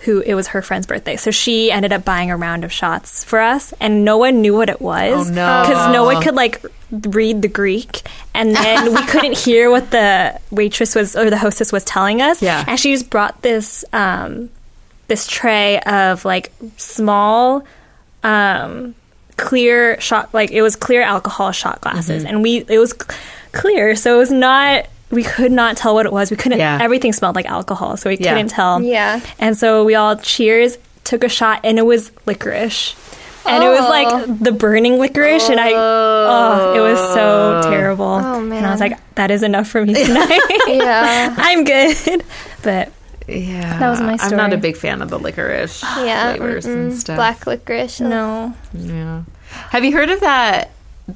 [SPEAKER 4] Who it was her friend's birthday, so she ended up buying a round of shots for us, and no one knew what it was.
[SPEAKER 2] Oh, no.
[SPEAKER 4] because no one could like read the Greek, and then we
[SPEAKER 2] (laughs)
[SPEAKER 4] couldn't hear what the waitress was or the hostess was telling us.
[SPEAKER 2] Yeah.
[SPEAKER 4] and she just brought this um, this tray of like small um clear shot like it was clear alcohol shot glasses
[SPEAKER 2] Mm-hmm.
[SPEAKER 4] and we it was c- clear so it was not we could not tell what it was we couldn't
[SPEAKER 2] Yeah.
[SPEAKER 4] everything smelled like alcohol so we
[SPEAKER 2] Yeah.
[SPEAKER 4] couldn't tell
[SPEAKER 3] Yeah.
[SPEAKER 4] and so we all cheers took a shot and it was licorice and
[SPEAKER 3] Oh.
[SPEAKER 4] it was like the burning licorice and i oh it was so terrible oh, and i
[SPEAKER 3] man.
[SPEAKER 4] was like that is enough for me
[SPEAKER 3] (laughs)
[SPEAKER 4] tonight (laughs)
[SPEAKER 3] Yeah.
[SPEAKER 4] i'm good but
[SPEAKER 2] Yeah.
[SPEAKER 4] That was my story.
[SPEAKER 2] I'm not a big fan of the licorice
[SPEAKER 3] Yeah.
[SPEAKER 2] flavors
[SPEAKER 3] mm-mm.
[SPEAKER 2] and stuff.
[SPEAKER 3] Black licorice.
[SPEAKER 4] no
[SPEAKER 2] Yeah. Have you heard of that?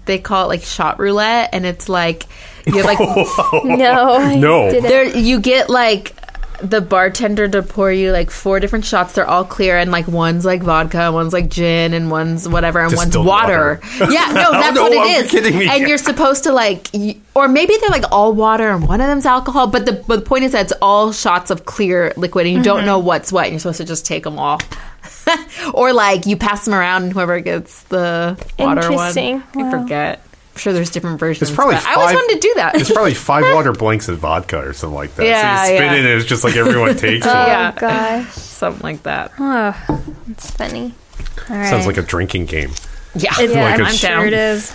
[SPEAKER 2] They call it like shot roulette, and it's like you have like
[SPEAKER 3] (laughs) No. I
[SPEAKER 1] No.
[SPEAKER 3] didn't.
[SPEAKER 2] there you get like the bartender to pour you like four different shots. They're all clear, and like one's like vodka, and one's like gin, and one's whatever, and
[SPEAKER 1] Distilled
[SPEAKER 2] one's water.
[SPEAKER 1] (laughs)
[SPEAKER 2] Yeah, no, that's
[SPEAKER 1] no,
[SPEAKER 2] what it
[SPEAKER 1] are you
[SPEAKER 2] is.
[SPEAKER 1] kidding me?
[SPEAKER 2] And you're supposed to like, y- or maybe they're like all water, and one of them's alcohol. But the but the point is that it's all shots of clear liquid, and you don't know what's what, and you're supposed to just take them all. (laughs) or like you pass them around, and whoever gets the water one, I
[SPEAKER 3] Interesting.
[SPEAKER 2] forget. I'm sure there's different versions.
[SPEAKER 1] It's probably
[SPEAKER 2] but I always
[SPEAKER 1] five-
[SPEAKER 2] wanted to do that.
[SPEAKER 1] It's probably five water blanks and vodka or something like that.
[SPEAKER 2] Yeah,
[SPEAKER 1] so you spit it
[SPEAKER 2] yeah.
[SPEAKER 1] and it's just like everyone
[SPEAKER 2] (laughs)
[SPEAKER 1] takes
[SPEAKER 3] Oh
[SPEAKER 1] it.
[SPEAKER 2] Yeah.
[SPEAKER 3] gosh,
[SPEAKER 2] (laughs) Something like that.
[SPEAKER 4] oh,
[SPEAKER 3] it's funny.
[SPEAKER 4] all right.
[SPEAKER 1] Sounds like a drinking game.
[SPEAKER 2] Yeah,
[SPEAKER 4] yeah,
[SPEAKER 1] Like
[SPEAKER 4] I'm
[SPEAKER 1] a- Um,
[SPEAKER 4] sure
[SPEAKER 2] down.
[SPEAKER 4] it is.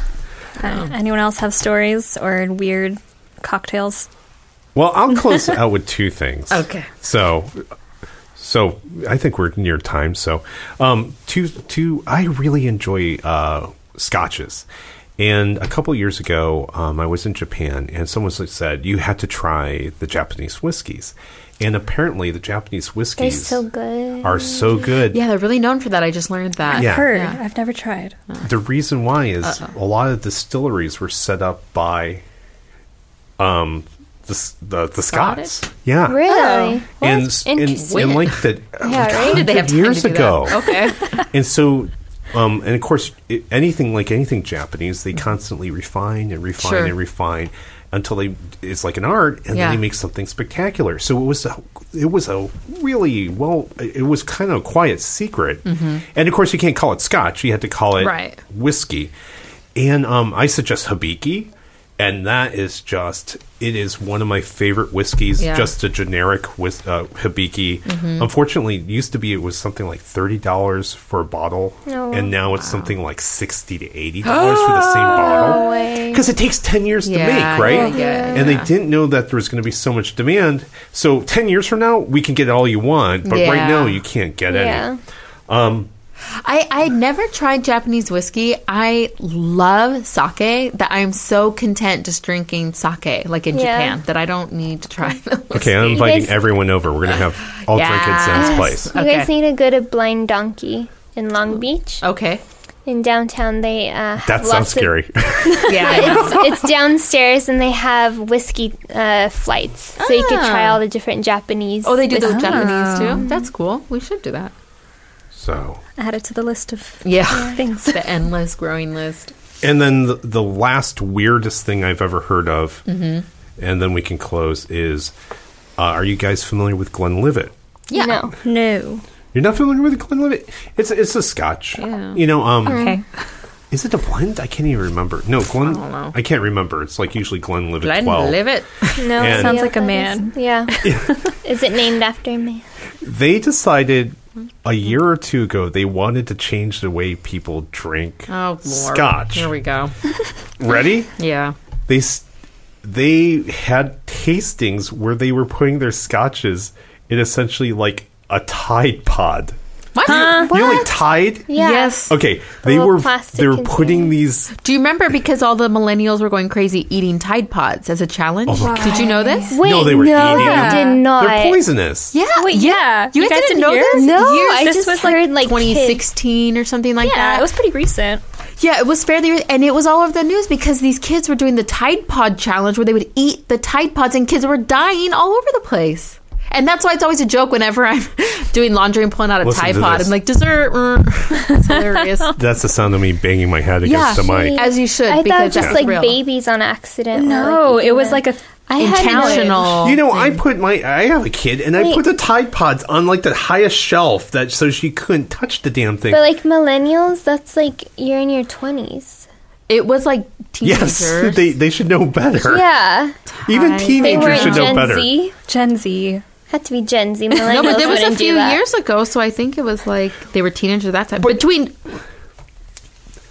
[SPEAKER 4] Uh, anyone else have stories or weird cocktails?
[SPEAKER 1] Well, I'll close out with two things.
[SPEAKER 2] (laughs) Okay.
[SPEAKER 1] So, so I think we're near time. So, um, two, two. I really enjoy uh, scotches, and a couple years ago, um, I was in Japan, and someone said you had to try the Japanese whiskeys, and apparently the Japanese
[SPEAKER 3] They're
[SPEAKER 1] whiskeys
[SPEAKER 3] so good.
[SPEAKER 1] are so good.
[SPEAKER 2] Yeah, they're really known for that. I just learned that.
[SPEAKER 1] Yeah.
[SPEAKER 4] Heard.
[SPEAKER 2] Yeah.
[SPEAKER 4] I've never tried.
[SPEAKER 1] The reason why is a lot of distilleries were set up by um the s- the, the
[SPEAKER 2] Scottish?
[SPEAKER 1] Scots. Yeah.
[SPEAKER 2] Oh,
[SPEAKER 3] Really?
[SPEAKER 1] And,
[SPEAKER 3] That's
[SPEAKER 1] and,
[SPEAKER 3] interesting.
[SPEAKER 1] and like
[SPEAKER 2] (laughs)
[SPEAKER 1] that like
[SPEAKER 3] right?
[SPEAKER 2] Did they have
[SPEAKER 1] 100
[SPEAKER 2] time
[SPEAKER 1] years
[SPEAKER 2] to do that?
[SPEAKER 1] ago.
[SPEAKER 2] Okay.
[SPEAKER 1] (laughs) And so um, and of course i anything like anything Japanese they constantly refine and refine
[SPEAKER 2] Sure.
[SPEAKER 1] and refine until they it's like an art and
[SPEAKER 2] Yeah.
[SPEAKER 1] then they make something spectacular. So it was a, it was a really well it was kind of a quiet secret. And of course you can't call it scotch, you had to call it
[SPEAKER 2] Mm-hmm. Right.
[SPEAKER 1] whiskey. And um, I suggest Habiki. And that is just, it is one of my favorite whiskeys,
[SPEAKER 2] Yeah. Mm-hmm.
[SPEAKER 1] just a generic whis- uh, Habiki. Unfortunately, it used to be it was something like $30 for a bottle.
[SPEAKER 2] Oh,
[SPEAKER 3] No.
[SPEAKER 1] And now it's something like 60 to $80
[SPEAKER 2] (gasps)
[SPEAKER 1] for the same bottle.
[SPEAKER 3] way.
[SPEAKER 1] Because it takes 10 years
[SPEAKER 2] Yeah,
[SPEAKER 1] to make, right?
[SPEAKER 2] yeah, yeah,
[SPEAKER 1] And they didn't know that there was going to be so much demand. So 10 years from now, we can get all you want. But right
[SPEAKER 2] Yeah.
[SPEAKER 1] now, you can't get
[SPEAKER 3] Yeah.
[SPEAKER 1] any.
[SPEAKER 2] (laughs) I I had never tried Japanese whiskey. I love sake. That I am so content just drinking sake, like in
[SPEAKER 3] Yeah.
[SPEAKER 2] Japan, that I don't need to try. The whiskey.
[SPEAKER 1] Okay, I'm inviting
[SPEAKER 3] guys-
[SPEAKER 1] everyone over. We're
[SPEAKER 2] (sighs)
[SPEAKER 1] going to have all drink at Sam's
[SPEAKER 2] Yes.
[SPEAKER 1] place.
[SPEAKER 3] You
[SPEAKER 2] Okay. Oh.
[SPEAKER 3] guys need to go to Blind Donkey in Long Beach.
[SPEAKER 2] Okay.
[SPEAKER 3] In downtown, they uh, have
[SPEAKER 1] That sounds
[SPEAKER 3] lots of-
[SPEAKER 1] scary.
[SPEAKER 2] (laughs)
[SPEAKER 1] (laughs)
[SPEAKER 2] (laughs) Yeah, I know.
[SPEAKER 3] (laughs) it's, it's downstairs, and they have whiskey uh, flights, so you could try all the different Japanese.
[SPEAKER 2] Ah. Oh, they do the
[SPEAKER 3] whiskey.
[SPEAKER 2] Japanese too. That's cool. We should do that.
[SPEAKER 1] so,
[SPEAKER 4] Add it to the list of
[SPEAKER 2] (laughs) Yeah,
[SPEAKER 4] things.
[SPEAKER 2] the endless growing list.
[SPEAKER 1] and then the, the last weirdest thing I've ever heard of,
[SPEAKER 2] Mm-hmm.
[SPEAKER 1] and then we can close is, uh, are you guys familiar with Glenlivet?
[SPEAKER 2] Yeah.
[SPEAKER 3] No.
[SPEAKER 4] No.
[SPEAKER 1] You're not familiar with Glenlivet? It's it's a Scotch.
[SPEAKER 2] Yeah.
[SPEAKER 1] You know, um,
[SPEAKER 4] Okay.
[SPEAKER 1] is it a blend? I can't even remember. No, Glen. I,
[SPEAKER 2] don't know.
[SPEAKER 1] can't remember. It's like usually Glenlivet
[SPEAKER 2] Glenn,
[SPEAKER 1] twelve.
[SPEAKER 2] live it.
[SPEAKER 3] No,
[SPEAKER 1] And- Sounds
[SPEAKER 3] yeah,
[SPEAKER 4] like a
[SPEAKER 3] that
[SPEAKER 4] man.
[SPEAKER 3] is-
[SPEAKER 1] (laughs)
[SPEAKER 3] yeah. (laughs) is it named after a man?
[SPEAKER 1] They decided
[SPEAKER 2] Mm-hmm.
[SPEAKER 1] a year or two ago they wanted to change the way people drink
[SPEAKER 2] Oh, Lord.
[SPEAKER 1] Scotch.
[SPEAKER 2] Here we go.
[SPEAKER 1] Ready?
[SPEAKER 2] Yeah.
[SPEAKER 1] they s- they had tastings where they were putting their scotches in essentially like a Tide pod.
[SPEAKER 2] What?
[SPEAKER 1] You know, like Tide.
[SPEAKER 3] Yeah.
[SPEAKER 2] Yes.
[SPEAKER 1] Okay, they
[SPEAKER 3] little
[SPEAKER 1] were
[SPEAKER 3] Uh-huh. Oh, plastic
[SPEAKER 1] they were
[SPEAKER 3] container.
[SPEAKER 1] putting these.
[SPEAKER 2] Do you remember because all the millennials were going crazy eating Tide Pods as a challenge?
[SPEAKER 1] Oh
[SPEAKER 2] Did you know this?
[SPEAKER 3] Wait,
[SPEAKER 1] no, they were eating.
[SPEAKER 3] I
[SPEAKER 1] them.
[SPEAKER 3] did not.
[SPEAKER 1] They're poisonous.
[SPEAKER 2] Yeah.
[SPEAKER 4] Oh, Wait, yeah.
[SPEAKER 2] You, guys, didn't know
[SPEAKER 4] hear?
[SPEAKER 2] this?
[SPEAKER 3] No,
[SPEAKER 2] Years-
[SPEAKER 3] I
[SPEAKER 2] this
[SPEAKER 3] just
[SPEAKER 2] was
[SPEAKER 3] heard, like,
[SPEAKER 2] like 2016 or something like
[SPEAKER 4] (laughs) Yeah,
[SPEAKER 2] that.
[SPEAKER 4] it was pretty recent.
[SPEAKER 2] yeah, it was fairly, re- and it was all over the news because these kids were doing the Tide Pod challenge where they would eat the Tide Pods, and kids were dying all over the place. And that's why it's always a joke whenever I'm (laughs) doing laundry and pulling out a
[SPEAKER 1] Listen
[SPEAKER 2] Tide
[SPEAKER 1] to
[SPEAKER 2] Pod.
[SPEAKER 1] this.
[SPEAKER 2] I'm like dessert. (laughs) mm." it's hilarious.
[SPEAKER 1] That's the sound of me banging my head
[SPEAKER 2] Yeah.
[SPEAKER 1] against the mic.
[SPEAKER 2] As you should,
[SPEAKER 3] I thought it
[SPEAKER 2] because
[SPEAKER 3] was just
[SPEAKER 2] that's
[SPEAKER 3] like
[SPEAKER 2] real.
[SPEAKER 3] babies on accident. were,
[SPEAKER 4] No, it was
[SPEAKER 3] eating
[SPEAKER 4] like a
[SPEAKER 3] I had no-
[SPEAKER 2] intentional.
[SPEAKER 1] You know, I put my I have a kid, and I
[SPEAKER 3] Wait.
[SPEAKER 1] put the Tide Pods on like the highest shelf that so she couldn't touch the damn thing.
[SPEAKER 3] But like millennials, that's like you're in your twenties.
[SPEAKER 2] it was like teenagers.
[SPEAKER 1] yes, (laughs) they they should know better.
[SPEAKER 3] Yeah,
[SPEAKER 1] Even
[SPEAKER 2] Tide.
[SPEAKER 3] they
[SPEAKER 1] teenagers
[SPEAKER 3] weren't
[SPEAKER 1] should know
[SPEAKER 3] Gen
[SPEAKER 1] better.
[SPEAKER 3] Z.
[SPEAKER 4] Gen Z.
[SPEAKER 3] Had to be Gen Z. Millennials
[SPEAKER 2] (laughs) No, but there was a
[SPEAKER 3] wouldn't do
[SPEAKER 2] few
[SPEAKER 3] that.
[SPEAKER 2] years ago, so I think it was like they were teenagers at that time. Between,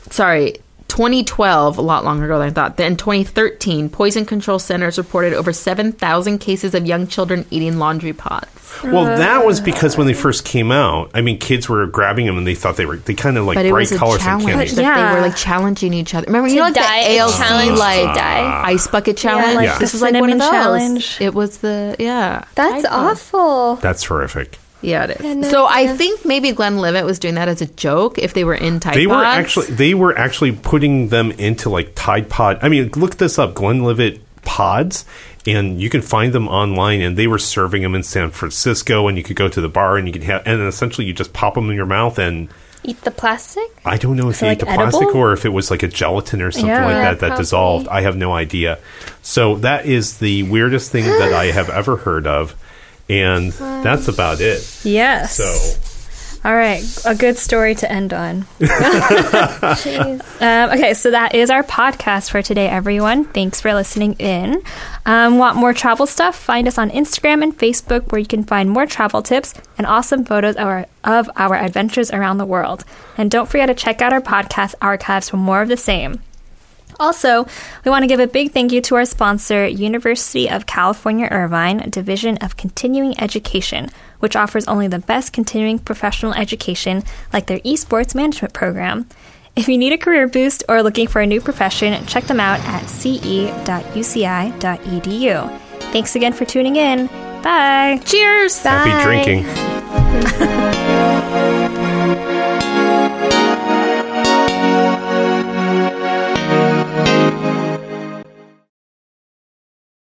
[SPEAKER 2] sorry, 2012, a lot longer ago than I thought. Then 2013, poison control centers reported over 7,000 cases of young children eating laundry pods.
[SPEAKER 1] Well, that
[SPEAKER 2] Ah.
[SPEAKER 1] was because when they first came out, I mean, kids were grabbing them and they thought they were they kind of like
[SPEAKER 2] But it
[SPEAKER 1] bright
[SPEAKER 2] was a
[SPEAKER 1] colors and
[SPEAKER 2] challenge.
[SPEAKER 1] candy.
[SPEAKER 2] that
[SPEAKER 4] Yeah.
[SPEAKER 2] They were like challenging each other. Remember, you
[SPEAKER 3] To
[SPEAKER 2] know, like
[SPEAKER 3] die, a
[SPEAKER 2] the ALC
[SPEAKER 3] challenge
[SPEAKER 2] like
[SPEAKER 3] to die.
[SPEAKER 2] ice bucket challenge.
[SPEAKER 4] like
[SPEAKER 1] Ah. Yeah.
[SPEAKER 2] This
[SPEAKER 4] the
[SPEAKER 2] is like one of
[SPEAKER 4] cinnamon
[SPEAKER 2] those.
[SPEAKER 4] challenge.
[SPEAKER 2] It was the yeah. Tide
[SPEAKER 3] That's
[SPEAKER 2] Pod.
[SPEAKER 3] awful.
[SPEAKER 1] That's horrific.
[SPEAKER 2] Yeah, it is.
[SPEAKER 3] no
[SPEAKER 2] so I
[SPEAKER 3] idea.
[SPEAKER 2] think maybe Glenn Livett was doing that as a joke if they were in Tide
[SPEAKER 1] They were
[SPEAKER 2] Pods.
[SPEAKER 1] actually they were actually putting them into like Tide Pod. I mean, look this up, Glenlivet pods, and you can find them online. And they were serving them in San Francisco, and you could go to the bar and you could have, and essentially you just pop them in your mouth. And
[SPEAKER 3] Eat the
[SPEAKER 2] (laughs)
[SPEAKER 3] plastic.
[SPEAKER 1] I don't know if
[SPEAKER 4] So,
[SPEAKER 1] they
[SPEAKER 4] like,
[SPEAKER 1] ate the plastic
[SPEAKER 4] edible?
[SPEAKER 1] or if it was like a gelatin or something
[SPEAKER 4] Yeah.
[SPEAKER 1] like
[SPEAKER 4] Yeah,
[SPEAKER 1] that that
[SPEAKER 3] probably.
[SPEAKER 1] dissolved. I have no idea. So that is the weirdest thing that I have ever heard of, and that's about it.
[SPEAKER 4] Yes.
[SPEAKER 1] So.
[SPEAKER 4] All right, a good story to end on.
[SPEAKER 3] Jeez.
[SPEAKER 4] Um, okay, so that is our podcast for today, everyone. Thanks for listening in. Um, want more travel stuff? Find us on Instagram and Facebook, where you can find more travel tips and awesome photos of our, of our adventures around the world. And don't forget to check out our podcast archives for more of the same. Also, we want to give a big thank you to our sponsor, University of California Irvine, Division of Continuing Education, which offers only the best continuing professional education, like their esports management program. If you need a career boost or are looking for a new profession, check them out at ce.uci.edu. e Thanks again for tuning in. Bye.
[SPEAKER 2] Cheers.
[SPEAKER 1] Happy
[SPEAKER 3] Bye.
[SPEAKER 1] drinking.